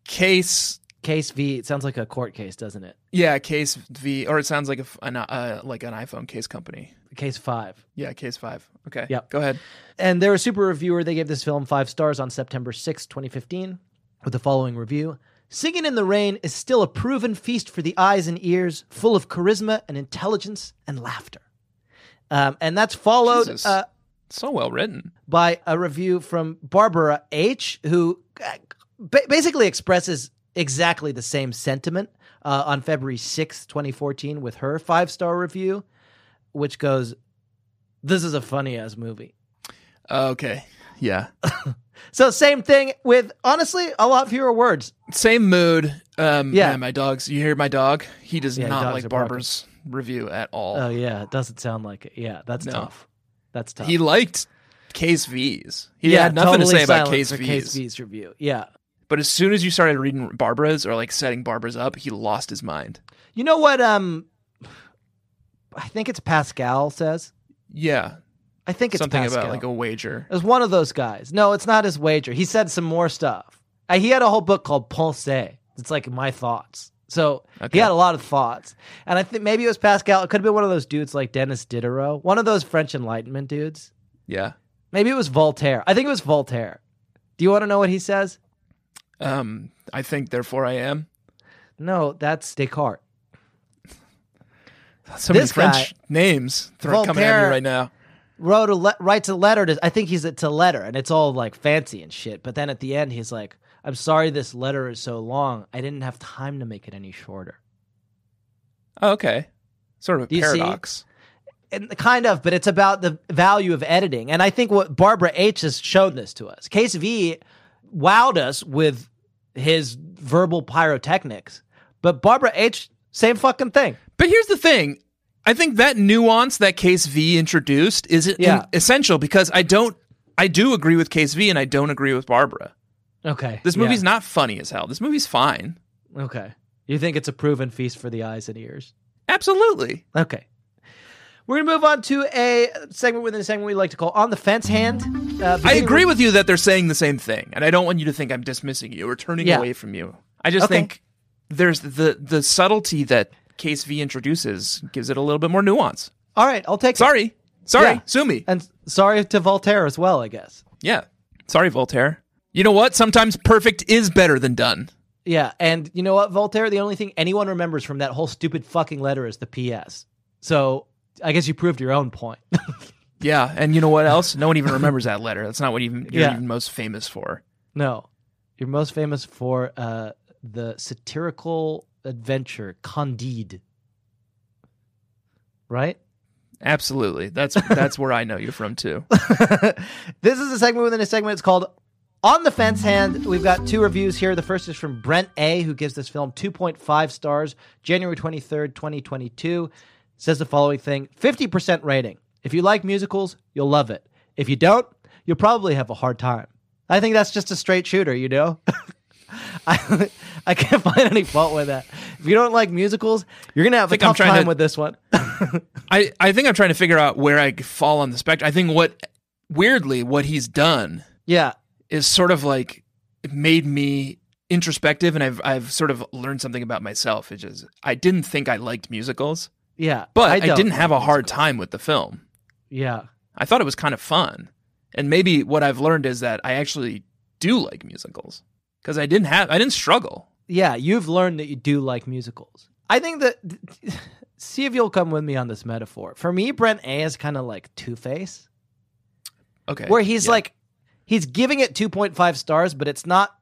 case.
case V. It sounds like a court case, doesn't it?
Yeah, case V, or it sounds like a, f- an, uh, like an iPhone case company.
Case five.
Yeah, case five. Okay.
Yep.
Go ahead.
And they're a super reviewer. They gave this film five stars on September 6, 2015, with the following review Singing in the Rain is still a proven feast for the eyes and ears, full of charisma and intelligence and laughter. Um, and that's followed
Jesus.
uh,
So well written.
by a review from Barbara H., who uh, ba- basically expresses exactly the same sentiment uh, on February 6th, 2014, with her five star review, which goes, This is a funny ass movie.
Uh, Okay. Yeah.
So same thing with honestly a lot fewer words.
Same mood. Um,
Yeah.
yeah. My dogs. You hear my dog? He does
Yeah, dogs
not
are
like
barking.
Barbara's review at all.
Oh yeah, it doesn't sound like it. Yeah, that's
No.
tough. That's tough.
he liked case V's. He
yeah,
had nothing
totally
to say about
silent
case
for
V's.
Case V's review. Yeah.
But as soon as you started reading Barbara's or like setting Barbara's up, he lost his mind.
You know what? Um, I think it's Pascal says.
Yeah.
I think it's
Something
Pascal.
about like a wager.
It was one of those guys. No, it's not his wager. He said some more stuff. Uh, he had a whole book called Pensée. It's like my thoughts. So he
Okay.
had a lot of thoughts. And I think maybe it was Pascal. It could have been one of those dudes like Dennis Diderot, one of those French Enlightenment dudes.
Yeah.
Maybe it was Voltaire. I think it was Voltaire. Do you want to know what he says?
Um, I think therefore I am.
No, that's Descartes.
So many
This
French
guy-
names thro- coming at me
Voltaire-
right now.
Wrote a le- writes a letter to. I think he's it's a letter, and it's all like fancy and shit. But then at the end, he's like, "I'm sorry, this letter is so long. I didn't have time to make it any shorter."
Oh, okay. Sort of a
Do you see?
paradox.
And kind of, but it's about the value of editing. And I think what Barbara H has shown this to us. Case V wowed us with his verbal pyrotechnics, but Barbara H, same fucking thing.
But here's the thing. I think that nuance that Case V introduced is in-
Yeah.
essential because I don't I do agree with Case V and I don't agree with Barbara.
Okay,
This movie's not funny as hell. This movie's fine.
Okay. You think it's a proven feast for the eyes and ears?
Absolutely.
Okay. We're going to move on to a segment within a segment we like to call On the Fence Hand. Uh,
I
beginning
agree with you that they're saying the same thing, and I don't want you to think I'm dismissing you or turning
Yeah.
away from you. I just
Okay.
think there's the the subtlety that Case V introduces gives it a little bit more nuance.
All right, I'll take it.
Sorry, sorry,
Yeah. Uh,
sue me.
And sorry to Voltaire as well, I guess.
Yeah, sorry, Voltaire. You know what? Sometimes perfect is better than done.
Yeah, and you know what, Voltaire, the only thing anyone remembers from that whole stupid fucking letter is the PS. So I guess you proved your own point. [laughs]
Yeah, and you know what else? No one even remembers that letter. That's not what even you're
Yeah.
even most famous for.
no, you're most famous for uh, the satirical adventure Candide. Right?
Absolutely, that's that's where I know you
[laughs]
from too.
this is a segment within a segment. It's called On the Fence Hand. We've got two reviews here. The first is from Brent A, who gives this film 2.5 stars, January 23rd, 2022. Says the following thing 50% rating. If you like musicals, you'll love it. If you don't, you'll probably have a hard time. I think that's just a straight shooter, you know? [laughs] I, I can't find any fault with that. If you don't like musicals, you're going to have a
think I'm
tough
trying
time
to-
with this one.
I, I think I'm trying to figure out where I fall on the spectrum. I think what weirdly what he's done
yeah.
is sort of like it made me introspective and I've I've sort of learned something about myself. It just I didn't think I liked musicals,
Yeah.
but I, didn't
don't.
have a hard time with the film.
Yeah.
I thought it was kind of fun. And maybe what I've learned is that I actually do like musicals cuz I didn't have I didn't struggle.
yeah, you've learned that you do like musicals. I think that [laughs] see if you'll come with me on this metaphor. For me, Brent A is kind of like Two Face,
Okay.
where he's
Eh, Yeah.
like he's giving it two point five stars, but it's not.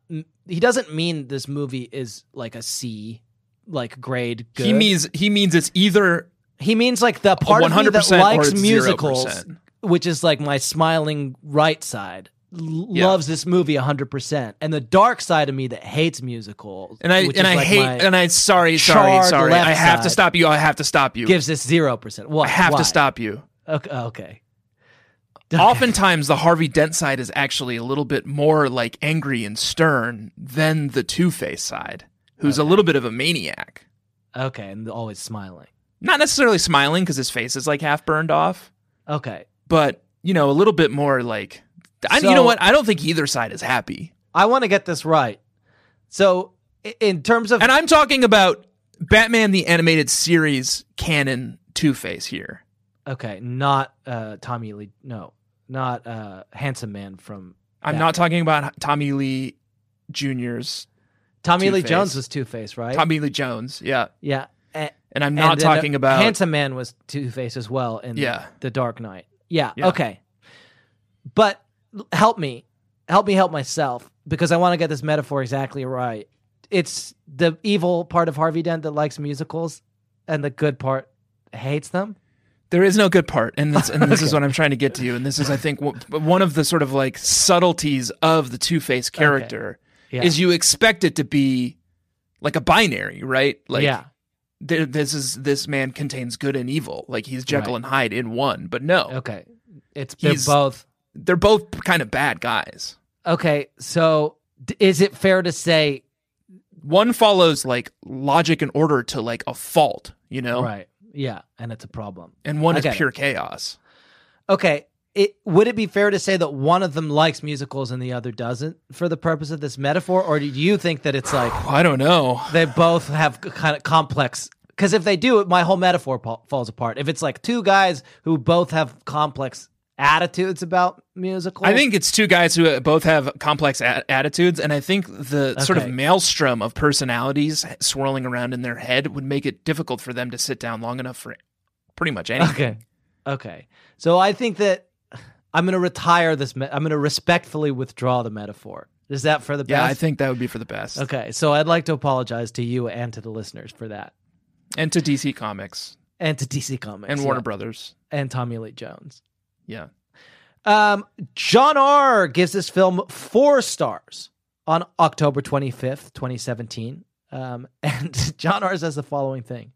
He doesn't mean this movie is like a C, like grade. Good.
he means he means it's either
He means like the part of me that
100% or
likes
it's
musicals,
0%.
which is like my smiling right side, l-
Yeah.
loves this movie hundred percent, and the dark side of me that hates musicals.
and I
which
and
is
I
like
hate
my-
and I sorry sorry
charred
sorry
left
I have to
side.
stop you I have to stop you
gives us zero percent. What?
I have
Why?
to stop you.
Okay. okay.
Oftentimes the Harvey Dent side is actually a little bit more like angry and stern than the Two Face side, who's a little bit of a maniac.
Okay, and always smiling.
Not necessarily smiling because his face is like half burned off,
Okay.
but you know a little bit more like I, you
So-
know what I don't think either side is happy.
I want to get this right. So, i- in terms of
[laughs] And I'm talking about Batman the Animated Series canon Two Face here.
okay, not uh, Tommy Lee, no, not uh, handsome man from
I'm
Batman.
not talking about Tommy Lee Jr.'s
Tommy Lee
Two-Face.
Jones was Two Face, right?
Tommy Lee Jones. Yeah.
yeah, A-
And I'm
And
not
then uh, the
talking about
Handsome Man was Two Face as well in
Yeah.
the Dark Knight. Yeah,
Yeah.
Okay. But l- help me, help me, help myself because I want to get this metaphor exactly right. It's the evil part of Harvey Dent that likes musicals, and the good part hates them.
There is no good part, and this, and this
[laughs]
is what I'm trying to get to you. And this is, I think, w- one of the sort of like subtleties of the Two Face character
Yeah.
is you expect it to be like a binary, right? Like,
yeah,
th- this is this man contains good and evil, like he's Jekyll
Right.
and Hyde in one. But no,
okay. It's they're
He's-
both
they're both kind of bad guys.
okay. So d- is it fair to say
One follows like logic and order to like a fault, you know,
right? Yeah, and it's a problem.
and one
I
is
get it.
pure chaos.
Okay. It, would it be fair to say that one of them likes musicals and the other doesn't for the purpose of this metaphor? Or do you think that it's like
I don't know.
they both have kind of complex? Because if they do, my whole metaphor pa- falls apart. If it's like two guys who both have complex attitudes about musicals,
I think it's two guys who uh, both have complex a- attitudes, and I think the sort of
Okay.
maelstrom of personalities swirling around in their head would make it difficult for them to sit down long enough for pretty much anything.
Okay. Okay. So I think that I'm going to retire this. Me- I'm going to respectfully withdraw the metaphor. Is that for the
Yeah, I
best?
think that would be for the best.
okay. So I'd like to apologize to you and to the listeners for that.
And to DC Comics
And to DC Comics
and
yeah.
Warner Brothers.
and Tommy Lee Jones.
Yeah.
Um, John R. gives this film four stars on October 25th, 2017. Um, [laughs] and John R. says the following thing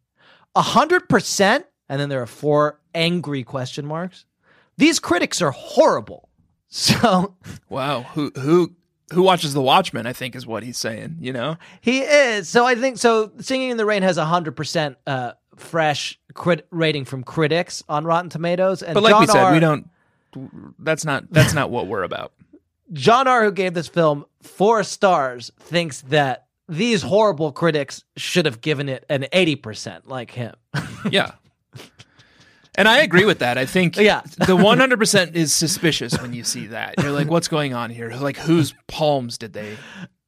100%, and then there are four angry question marks. These critics are horrible. [laughs] So
Wow. Who who who watches The Watchmen? I think is what he's saying. You know.
he is. So I think so. Singing in the Rain has a 100% uh, fresh crit- rating from critics on Rotten Tomatoes. And
But like we
John
said,
R.
we don't. That's not that's not what we're about. [laughs]
John R., who gave this film four stars, thinks that these horrible critics should have given it an 80%, like him.
Yeah. And I agree with that. I think
Yeah.
the 100% is suspicious when you see that. You're like, what's going on here? Like, whose palms did they?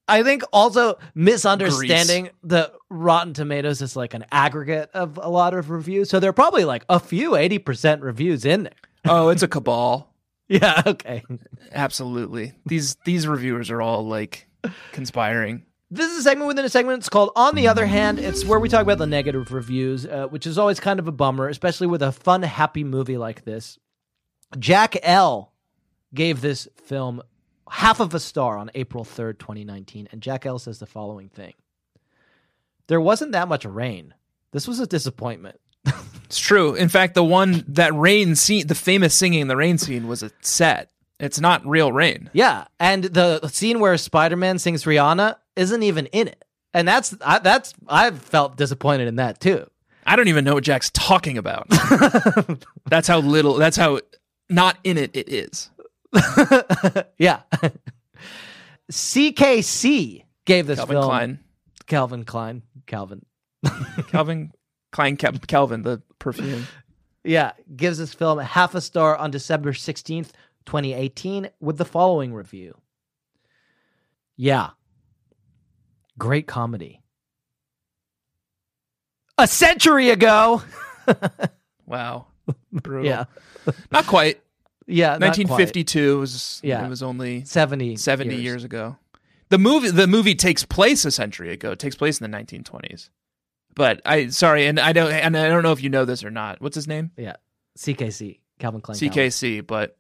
I think also misunderstanding the Rotten Tomatoes is like an aggregate of a lot of reviews. So there are probably like a few 80% reviews in there. [laughs]
Oh, it's a cabal.
Yeah, okay.
Absolutely. These these reviewers are all like conspiring.
This is a segment within a segment. It's called On the Other Hand. It's where we talk about the negative reviews, uh, which is always kind of a bummer, especially with a fun, happy movie like this. Jack L. gave this film half of a star on April 3rd, 2019. And Jack L. says the following thing There wasn't that much rain. This was a disappointment.
It's true. In fact, the one that rain scene, the famous singing in the rain scene, was a set. It's not real rain.
Yeah. And the scene where Spider Man sings Rihanna isn't even in it. And that's, I, that's, I've felt disappointed in that too.
I don't even know what Jack's talking about. [laughs] that's how little. That's how not in it it is.
yeah. CKC gave this
Calvin
film
Klein.
Calvin Klein. Calvin.
Calvin Klein Cal- Calvin the perfume.
Yeah, gives this film half a star on December 16th, 2018 with the following review. Yeah. Great comedy. A century ago. [laughs]
Wow. Brutal.
Yeah.
Not quite.
Yeah, not quite.
1952 was
Yeah.
it was only
70
70 years. ago. The movie the movie takes place a century ago. It takes place in the 1920s. But I sorry and I don't and I don't know if you know this or not. What's his name?
Yeah. CKC. Calvin Klein. Calvin.
CKC, but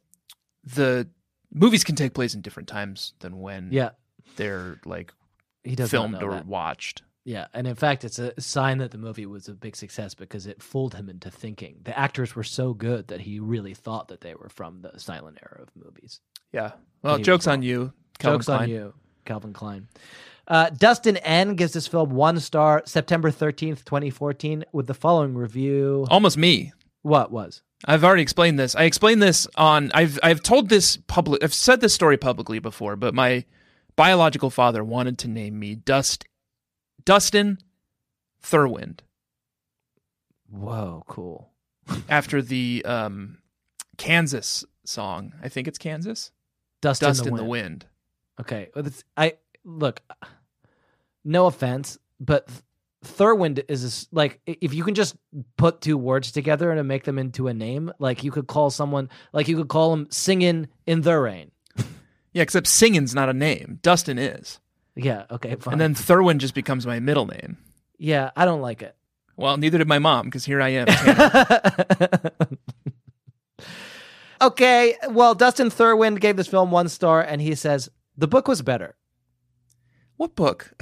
the movies can take place in different times than when
Yeah.
they're like
He does not
filmed
know
or
that.
watched.
Yeah, and in fact, it's a sign that the movie was a big success because it fooled him into thinking the actors were so good that he really thought that they were from the silent era of movies.
Yeah.
And
Well,
he was
jokes on you. Calvin
Jokes
Klein.
on you, Calvin Klein. Uh, Dustin N gives this film one star, September thirteenth, twenty fourteen, with the following review.
Almost me.
What was?
I've already explained this. I explained this on I've I've told this public I've said this story publicly before, but my biological father wanted to name me Dust Dustin Thurwind
Whoa, cool.
after the um, Kansas song. I think it's Kansas.
Dust,
Dust
in the, wind.
wind.
Okay, well, that's- I look. No offense, but Th- Thurwind is a s- like i- if you can just put two words together and make them into a name, like you could call someone, like you could call him singing in the rain.
Yeah, except singing's not a name. Dustin is.
Yeah. Okay. Fine.
And then Thurwin just becomes my middle name.
yeah, I don't like it.
Well, neither did my mom because here I
[laughs]
am. Tanner.
okay. Well, Dustin Thurwind gave this film one star, and he says the book was better.
what book?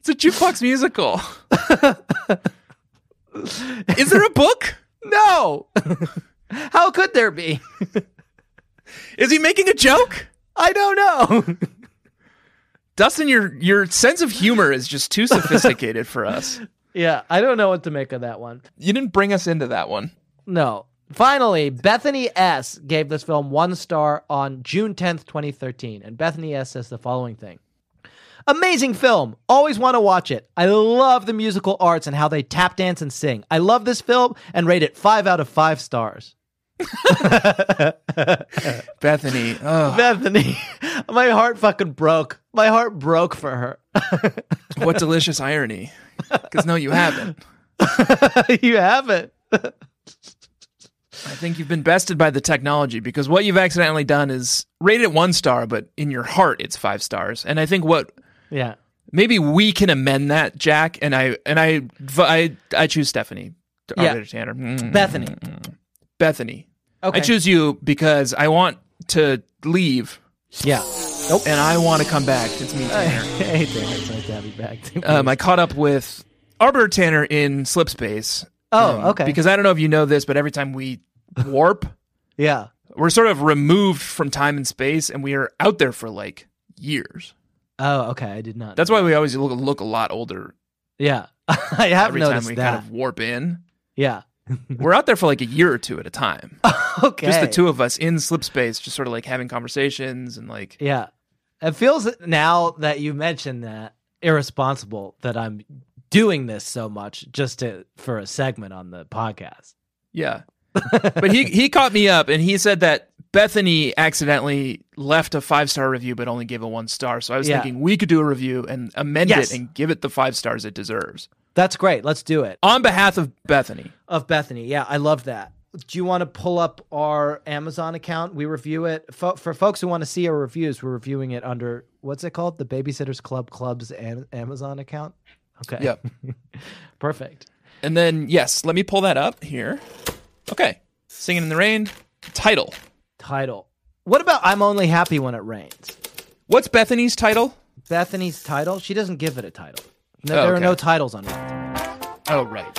it's a jukebox musical. is there a book?
No. How could there be? [laughs]
Is he making a joke?
I don't know. [laughs]
Dustin, your your sense of humor is just too sophisticated for us.
yeah, I don't know what to make of that one.
You didn't bring us into that one.
No. Finally, Bethany S. gave this film one star on June 10th, 2013. And Bethany S. says the following thing Amazing film. Always want to watch it. I love the musical arts and how they tap dance and sing. I love this film and rate it five out of five stars.
Bethany. Oh,
Bethany, [laughs] my heart fucking broke. My heart broke for her. [laughs]
what delicious irony. Because no, you haven't.
you haven't.
I think you've been bested by the technology because what you've accidentally done is rated it one star, but in your heart it's five stars. And I think what
[laughs] Yeah.
maybe we can amend that, Jack. And I and I I, I choose Stephanie. Our
Yeah.
editor, Tanner. Mm,
Bethany.
Bethany.
Okay.
I choose you because I want to leave
Yeah. Nope.
and I want to come back. It's
[laughs]
me, Tanner.
hey there. It's nice to have you back. dude.
um, I caught up with Arbiter Tanner in Slip Space.
Oh,
um,
okay.
Because I don't know if you know this, but every
[laughs]
time we warp,
yeah.
we're sort of removed from time and space, and we are out there for like years.
Oh, okay. I did not.
That's
know
why we always look, look a lot older
Yeah, [laughs] I have
every time
noticed
we
that. Mm-hmm.
kind of warp in.
yeah. [laughs]
We're out there for like a year or two at a time.
Okay.
Just the two of us in slip space, just sort of like having conversations and like
Yeah. It feels now that you mentioned that irresponsible that I'm doing this so much just to for a segment on the podcast.
yeah.
[laughs]
but he he caught me up and he said that Bethany accidentally left a five star review but only gave a one star. So I was
Yeah.
thinking we could do a review and amend
Yes.
it and give it the five stars it deserves.
That's great. Let's do it.
On behalf of
[laughs]
Bethany.
Of Bethany. Yeah, I love that. Do you want to pull up our Amazon account? We review it Fo- for folks who want to see our reviews. We're reviewing it under what's it called? The Babysitters Club Club's an- Amazon account. Okay.
Yep.
Perfect.
And then, yes, let me pull that up here. Okay. Singing in the Rain. Title.
Title. What about I'm only happy when it rains?
What's Bethany's title?
Bethany's title, she doesn't give it a title. No,
Oh,
there are
okay.
no titles on it.
Oh, right.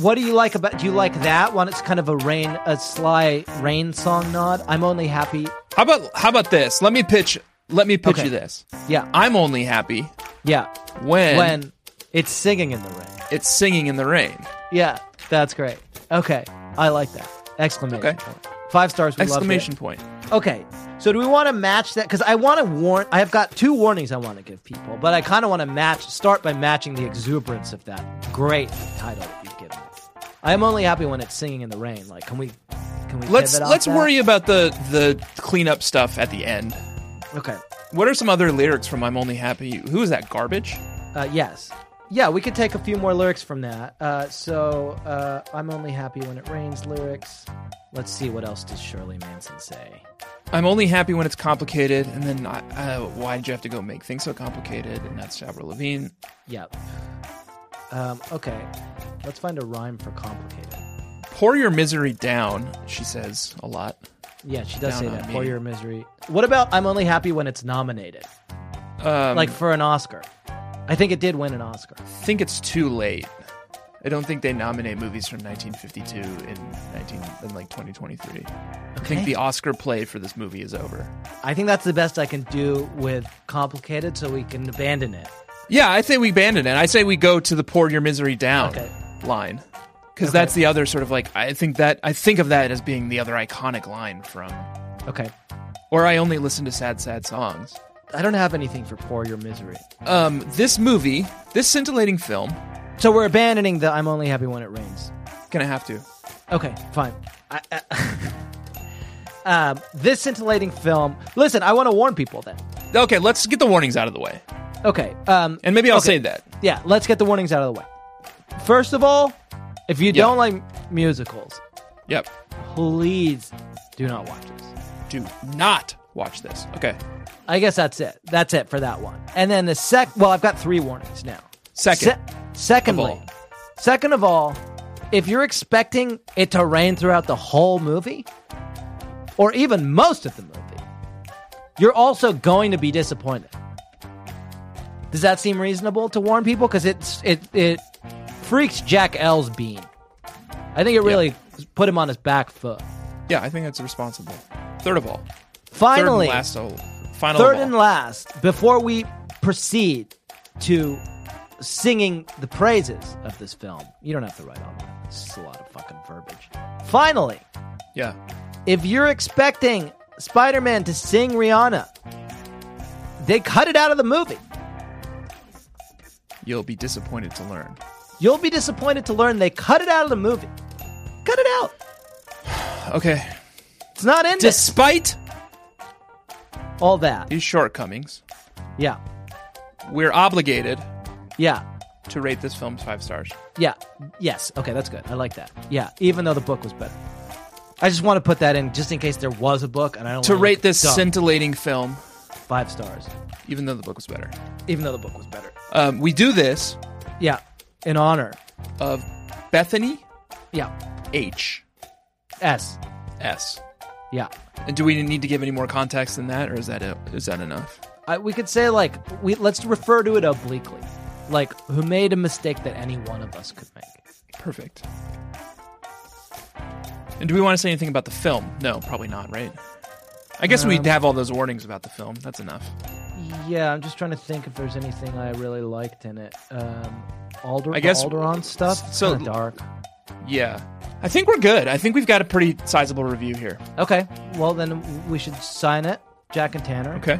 What do you like about? Do you like that one? It's kind of a rain, a sly rain song nod. I'm only happy.
How about how about this? Let me pitch let me pitch
Okay.
you this.
Yeah,
I'm only happy
yeah.
when,
When it's singing in the rain.
it's singing in the rain.
Yeah, that's great. Okay, I like that. Exclamation
Okay.
point. Five stars. We loved it.
Exclamation point.
Okay, so do we want to match that? Because I want to warn. I have got two warnings I want to give people, but I kind of want to match. Start by matching the exuberance of that great title that you've given. us. I am only happy when it's singing in the rain. Like, can we? Can we?
Let's
pivot off
let's
that?
worry about the the cleanup stuff at the end.
Okay.
What are some other lyrics from I'm Only Happy? Who is that? Garbage?
Uh, yes. Yeah, we could take a few more lyrics from that. Uh, so uh, I'm only happy when it rains. Lyrics. Let's see what else does Shirley Manson say.
I'm only happy when it's complicated, and then I, uh, why did you have to go make things so complicated? And that's Avril Lavigne.
Yep. Um, okay. Let's find a rhyme for complicated.
Pour your misery down, she says a lot.
Yeah, she does
Down
say
on
that.
me.
For your misery. What about I'm only happy when it's nominated,
Um,
like for an Oscar? I think it did win an Oscar.
I think it's too late. I don't think they nominate movies from 1952 in 19 in like 2023. I
Okay.
think the Oscar play for this movie is over.
I think that's the best I can do with complicated, so we can abandon it.
Yeah, I say we abandon it. I say we go to the pour your misery down
Okay.
line. Because that's the other sort of like I think that I think of that as being the other iconic line from
Okay.
or I only listen to sad, sad songs.
I don't have anything for Pour Your Misery.
Um, this movie, this scintillating film,
So we're abandoning the I'm only happy when it rains.
gonna have to.
Okay, fine. I, I, [laughs] um, this scintillating film. Listen, I want to warn people then.
Okay, let's get the warnings out of the way,
Okay. Um,
and maybe I'll
Okay.
say that.
yeah, let's get the warnings out of the way. First of all, if you
Yeah.
don't like musicals,
Yep.
please do not watch this.
Do not watch this. Okay.
I guess that's it. That's it for that one. And then the sec. Well, I've got three warnings now.
Second.
Se- secondly,
of all.
second of all, if you're expecting it to rain throughout the whole movie, or even most of the movie, you're also going to be disappointed. Does that seem reasonable to warn people? Because it's it it freaks Jack L's bean. I think it really put him on his back foot.
Yeah, I think that's responsible. Third of all.
Finally,
Third and last. Of, final.
third
of all.
and last, before we proceed to singing the praises of this film, you don't have to write all that. This is a lot of fucking verbiage. Finally,
Yeah.
if you're expecting Spider Man to sing Rihanna, they cut it out of the movie.
You'll be disappointed to learn.
You'll be disappointed to learn they cut it out of the movie. Cut it out.
Okay.
It's not in this.
Despite
All that.
these shortcomings,
Yeah.
we're obligated
Yeah.
to rate this film five stars.
Yeah. Yes. Okay, that's good. I like that. Yeah, even though the book was better. I just want to put that in just in case there was a book and I don't
To
wanna
rate
look
this
dumb.
scintillating film,
five stars,
even though the book was better.
even though the book was better.
Um, we do this
Yeah, in honor.
of Bethany
Yeah,
H.
S.
S.
Yeah,
And do we need to give any more context than that, or is that it? Is that enough?
I, we could say like we let's refer to it obliquely, like who made a mistake that any one of us could make.
Perfect. And do we want to say anything about the film? No, probably not, right? I guess we'd have all those warnings about the film. That's enough.
Yeah, I'm just trying to think if there's anything I really liked in it. Um, Alder,
I guess-
Alderon stuff. It's
so-
kinda dark.
Yeah. I think we're good. I think we've got a pretty sizable review here.
Okay, well then we should sign it, Jack and Tanner.
Okay.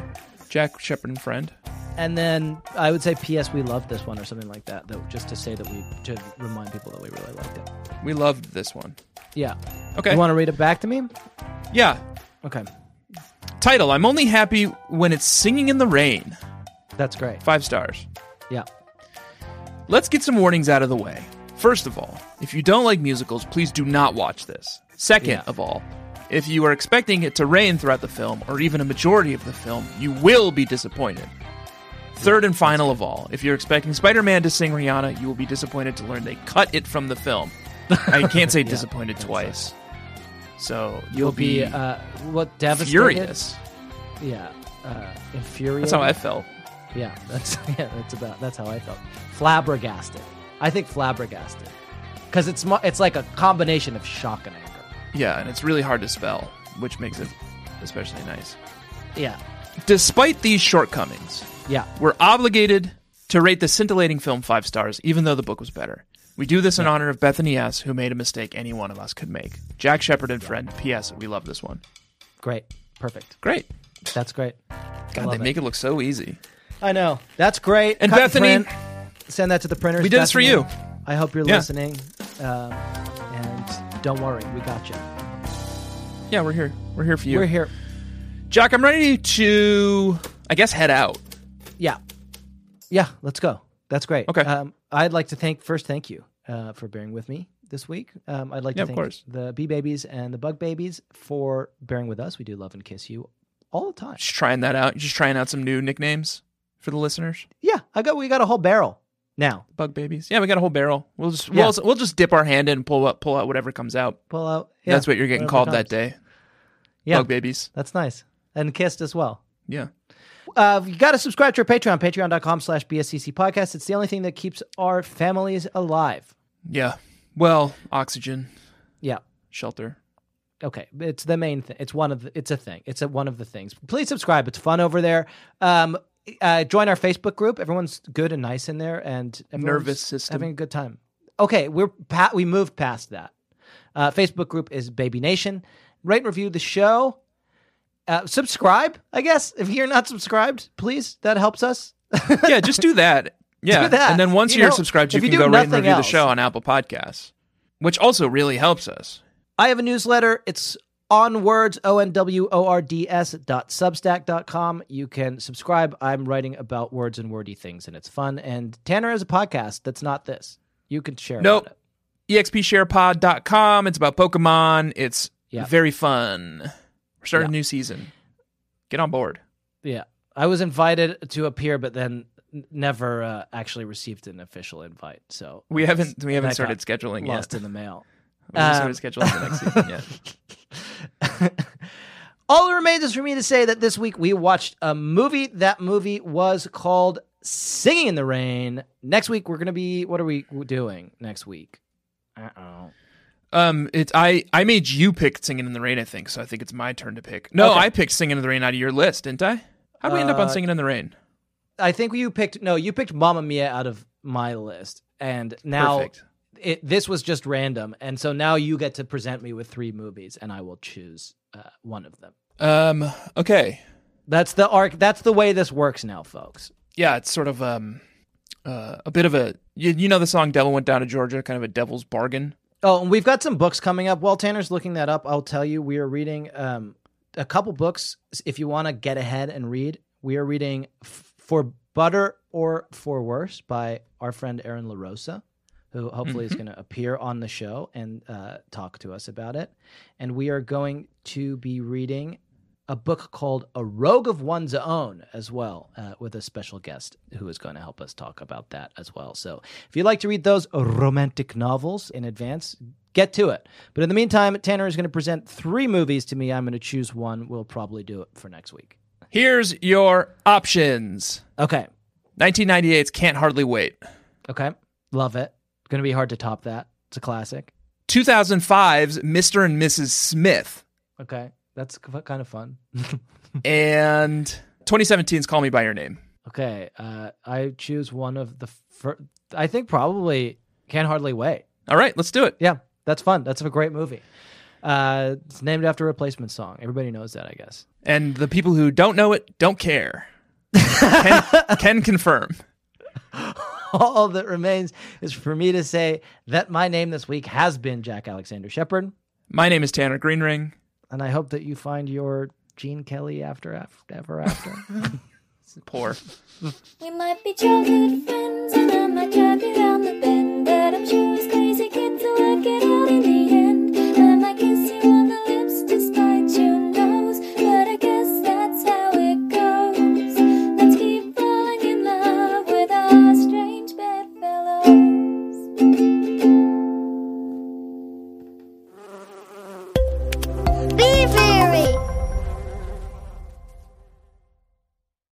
Jack Shepard and friend.
And then I would say, P.S. We loved this one or something like that, though, just to say that we to remind people that we really liked it.
We loved this one.
Yeah.
Okay.
You want to read it back to me?
yeah.
Okay,
Title I'm only happy when it's singing in the rain.
that's great.
Five stars.
Yeah.
Let's get some warnings out of the way. First of all, if you don't like musicals, please do not watch this. Second
Yeah.
of all, if you are expecting it to rain throughout the film, or even a majority of the film, you will be disappointed. Third and final of all, if you're expecting Spider Man to sing Rihanna, you will be disappointed to learn they cut it from the film. I can't [laughs] say disappointed twice. So you'll,
You'll
be,
be, uh, what devastated?
furious.
Yeah, uh, infuriated.
That's how I felt.
Yeah, [laughs] that's yeah, that's about that's how I felt. Flabbergasted. I think flabbergasted because it's mu- it's like a combination of shock and anger.
Yeah, and it's really hard to spell, which makes it especially nice.
Yeah,
Despite these shortcomings,
yeah,
We're obligated to rate the scintillating film five stars, even though the book was better. We do this in honor of Bethany S., who made a mistake any one of us could make. Jack Shepard and friend. P.S. We love this one.
great, perfect.
Great.
That's great.
God,
love
they
it.
make it look so easy.
I know. That's great.
And
Cut
Bethany-
print. send that to the printers.
We did this for
Bethany.
you.
I hope you're
Yeah.
listening, uh, and don't worry, we got you.
Yeah, we're here. We're here for you.
We're here.
Jack, I'm ready to, I guess, head out.
Yeah, yeah. Let's go. That's great.
Okay.
Um, I'd like to thank first. Thank you uh, for bearing with me this week. Um, I'd like
Yeah,
to
of
thank
course.
the bee babies and the bug babies for bearing with us. We do love and kiss you all the time.
Just trying that out. Just trying out some new nicknames for the listeners.
Yeah, I got. We got a whole barrel now.
Bug babies. Yeah, we got a whole barrel. We'll just
Yeah.
we'll, we'll just dip our hand in and pull up pull out whatever comes out.
Pull out. yeah,
That's what you're getting
whatever
called that
comes.
day.
Yeah,
Bug babies.
that's nice. And kissed as well.
Yeah.
uh, you got to subscribe to our Patreon, patreon.com slash BSCC podcast. It's the only thing that keeps our families alive.
Yeah. Well, oxygen,
Yeah. [laughs]
shelter.
Okay. It's the main thing. It's one of the, it's a thing. It's a, one of the things. Please subscribe. It's fun over there. Um, uh, join our Facebook group. Everyone's good and nice in there and everyone's
Nervous system.
having a good time. Okay. We're pa- we moved past that. Uh, Facebook group is Baby Nation. Rate and review the show. Uh, subscribe, I guess. If you're not subscribed, please, that helps us.
yeah, just do that. Yeah,
Do that.
and then once
You
you are
know,
subscribed, you
if
can
you do
go rate and
nothing
review
else-
the show on Apple Podcasts, which also really helps us.
I have a newsletter. It's on words, O N W O R D S dot substack dot com. You can subscribe. I'm writing about words and wordy things, and it's fun. And Tanner has a podcast that's not this. You can share about
Nope. E
it.
ExpSharePod.com. It's about Pokemon. It's
Yeah.
very fun. We're starting
Yeah.
a new season. Get on board.
Yeah. I was invited to appear, but then n- never uh, actually received an official invite. So
We haven't we haven't
that
started
got
scheduling
lost
yet.
in the mail.
[laughs] we haven't
Um,
started scheduling the
[laughs]
next season yet.
All that remains is for me to say that this week we watched a movie. That movie was called Singing in the Rain. Next week we're gonna be. What are we doing next week? Uh oh.
Um, it's I I made you pick Singing in the Rain. I think so. I think it's my turn to pick. No,
Okay.
I picked Singing in the Rain out of your list, didn't I? How would we end up on
Uh,
Singing in the Rain?
I think you picked. No, you picked Mamma Mia out of my list, and now
Perfect.
it, this was just random, and so now you get to present me with three movies, and I will choose uh, one of them.
Um. Okay.
That's the arc. That's the way this works now, folks.
Yeah. It's sort of um, uh, a bit of a you, you know the song "Devil Went Down to Georgia," kind of a devil's bargain.
Oh, and we've got some books coming up. While Tanner's looking that up, I'll tell you we are reading um, a couple books. If you want to get ahead and read, we are reading F- For Butter or For Worse by our friend Aaron LaRosa, who hopefully is going to appear on the show and uh, talk to us about it. And we are going to be reading a book called A Rogue of One's Own as well, uh, with a special guest who is going to help us talk about that as well. So if you'd like to read those romantic novels in advance, get to it. But in the meantime, Tanner is going to present three movies to me. I'm going to choose one. We'll probably do it for next week.
Here's your options.
Okay.
1998's Can't Hardly Wait.
Okay. Love it. Going to be hard to top that. It's a classic.
2005's Mr. and Mrs. Smith.
Okay. That's k- kind of fun. [laughs]
And 2017's Call Me By Your Name.
okay. Uh, I choose one of the first. I think probably Can't Hardly Wait.
All right, let's do it.
Yeah, that's fun. That's a great movie. Uh, it's named after a replacement song. Everybody knows that, I guess. [laughs]
And the people who don't know it don't care. can, can confirm.
All that remains is for me to say that my name this week has been Jack Alexander Shepard,
My name is Tanner Greenring.
and I hope that you find your Gene Kelly after, after ever after.
Poor.
We might be childhood friends, and I might drive you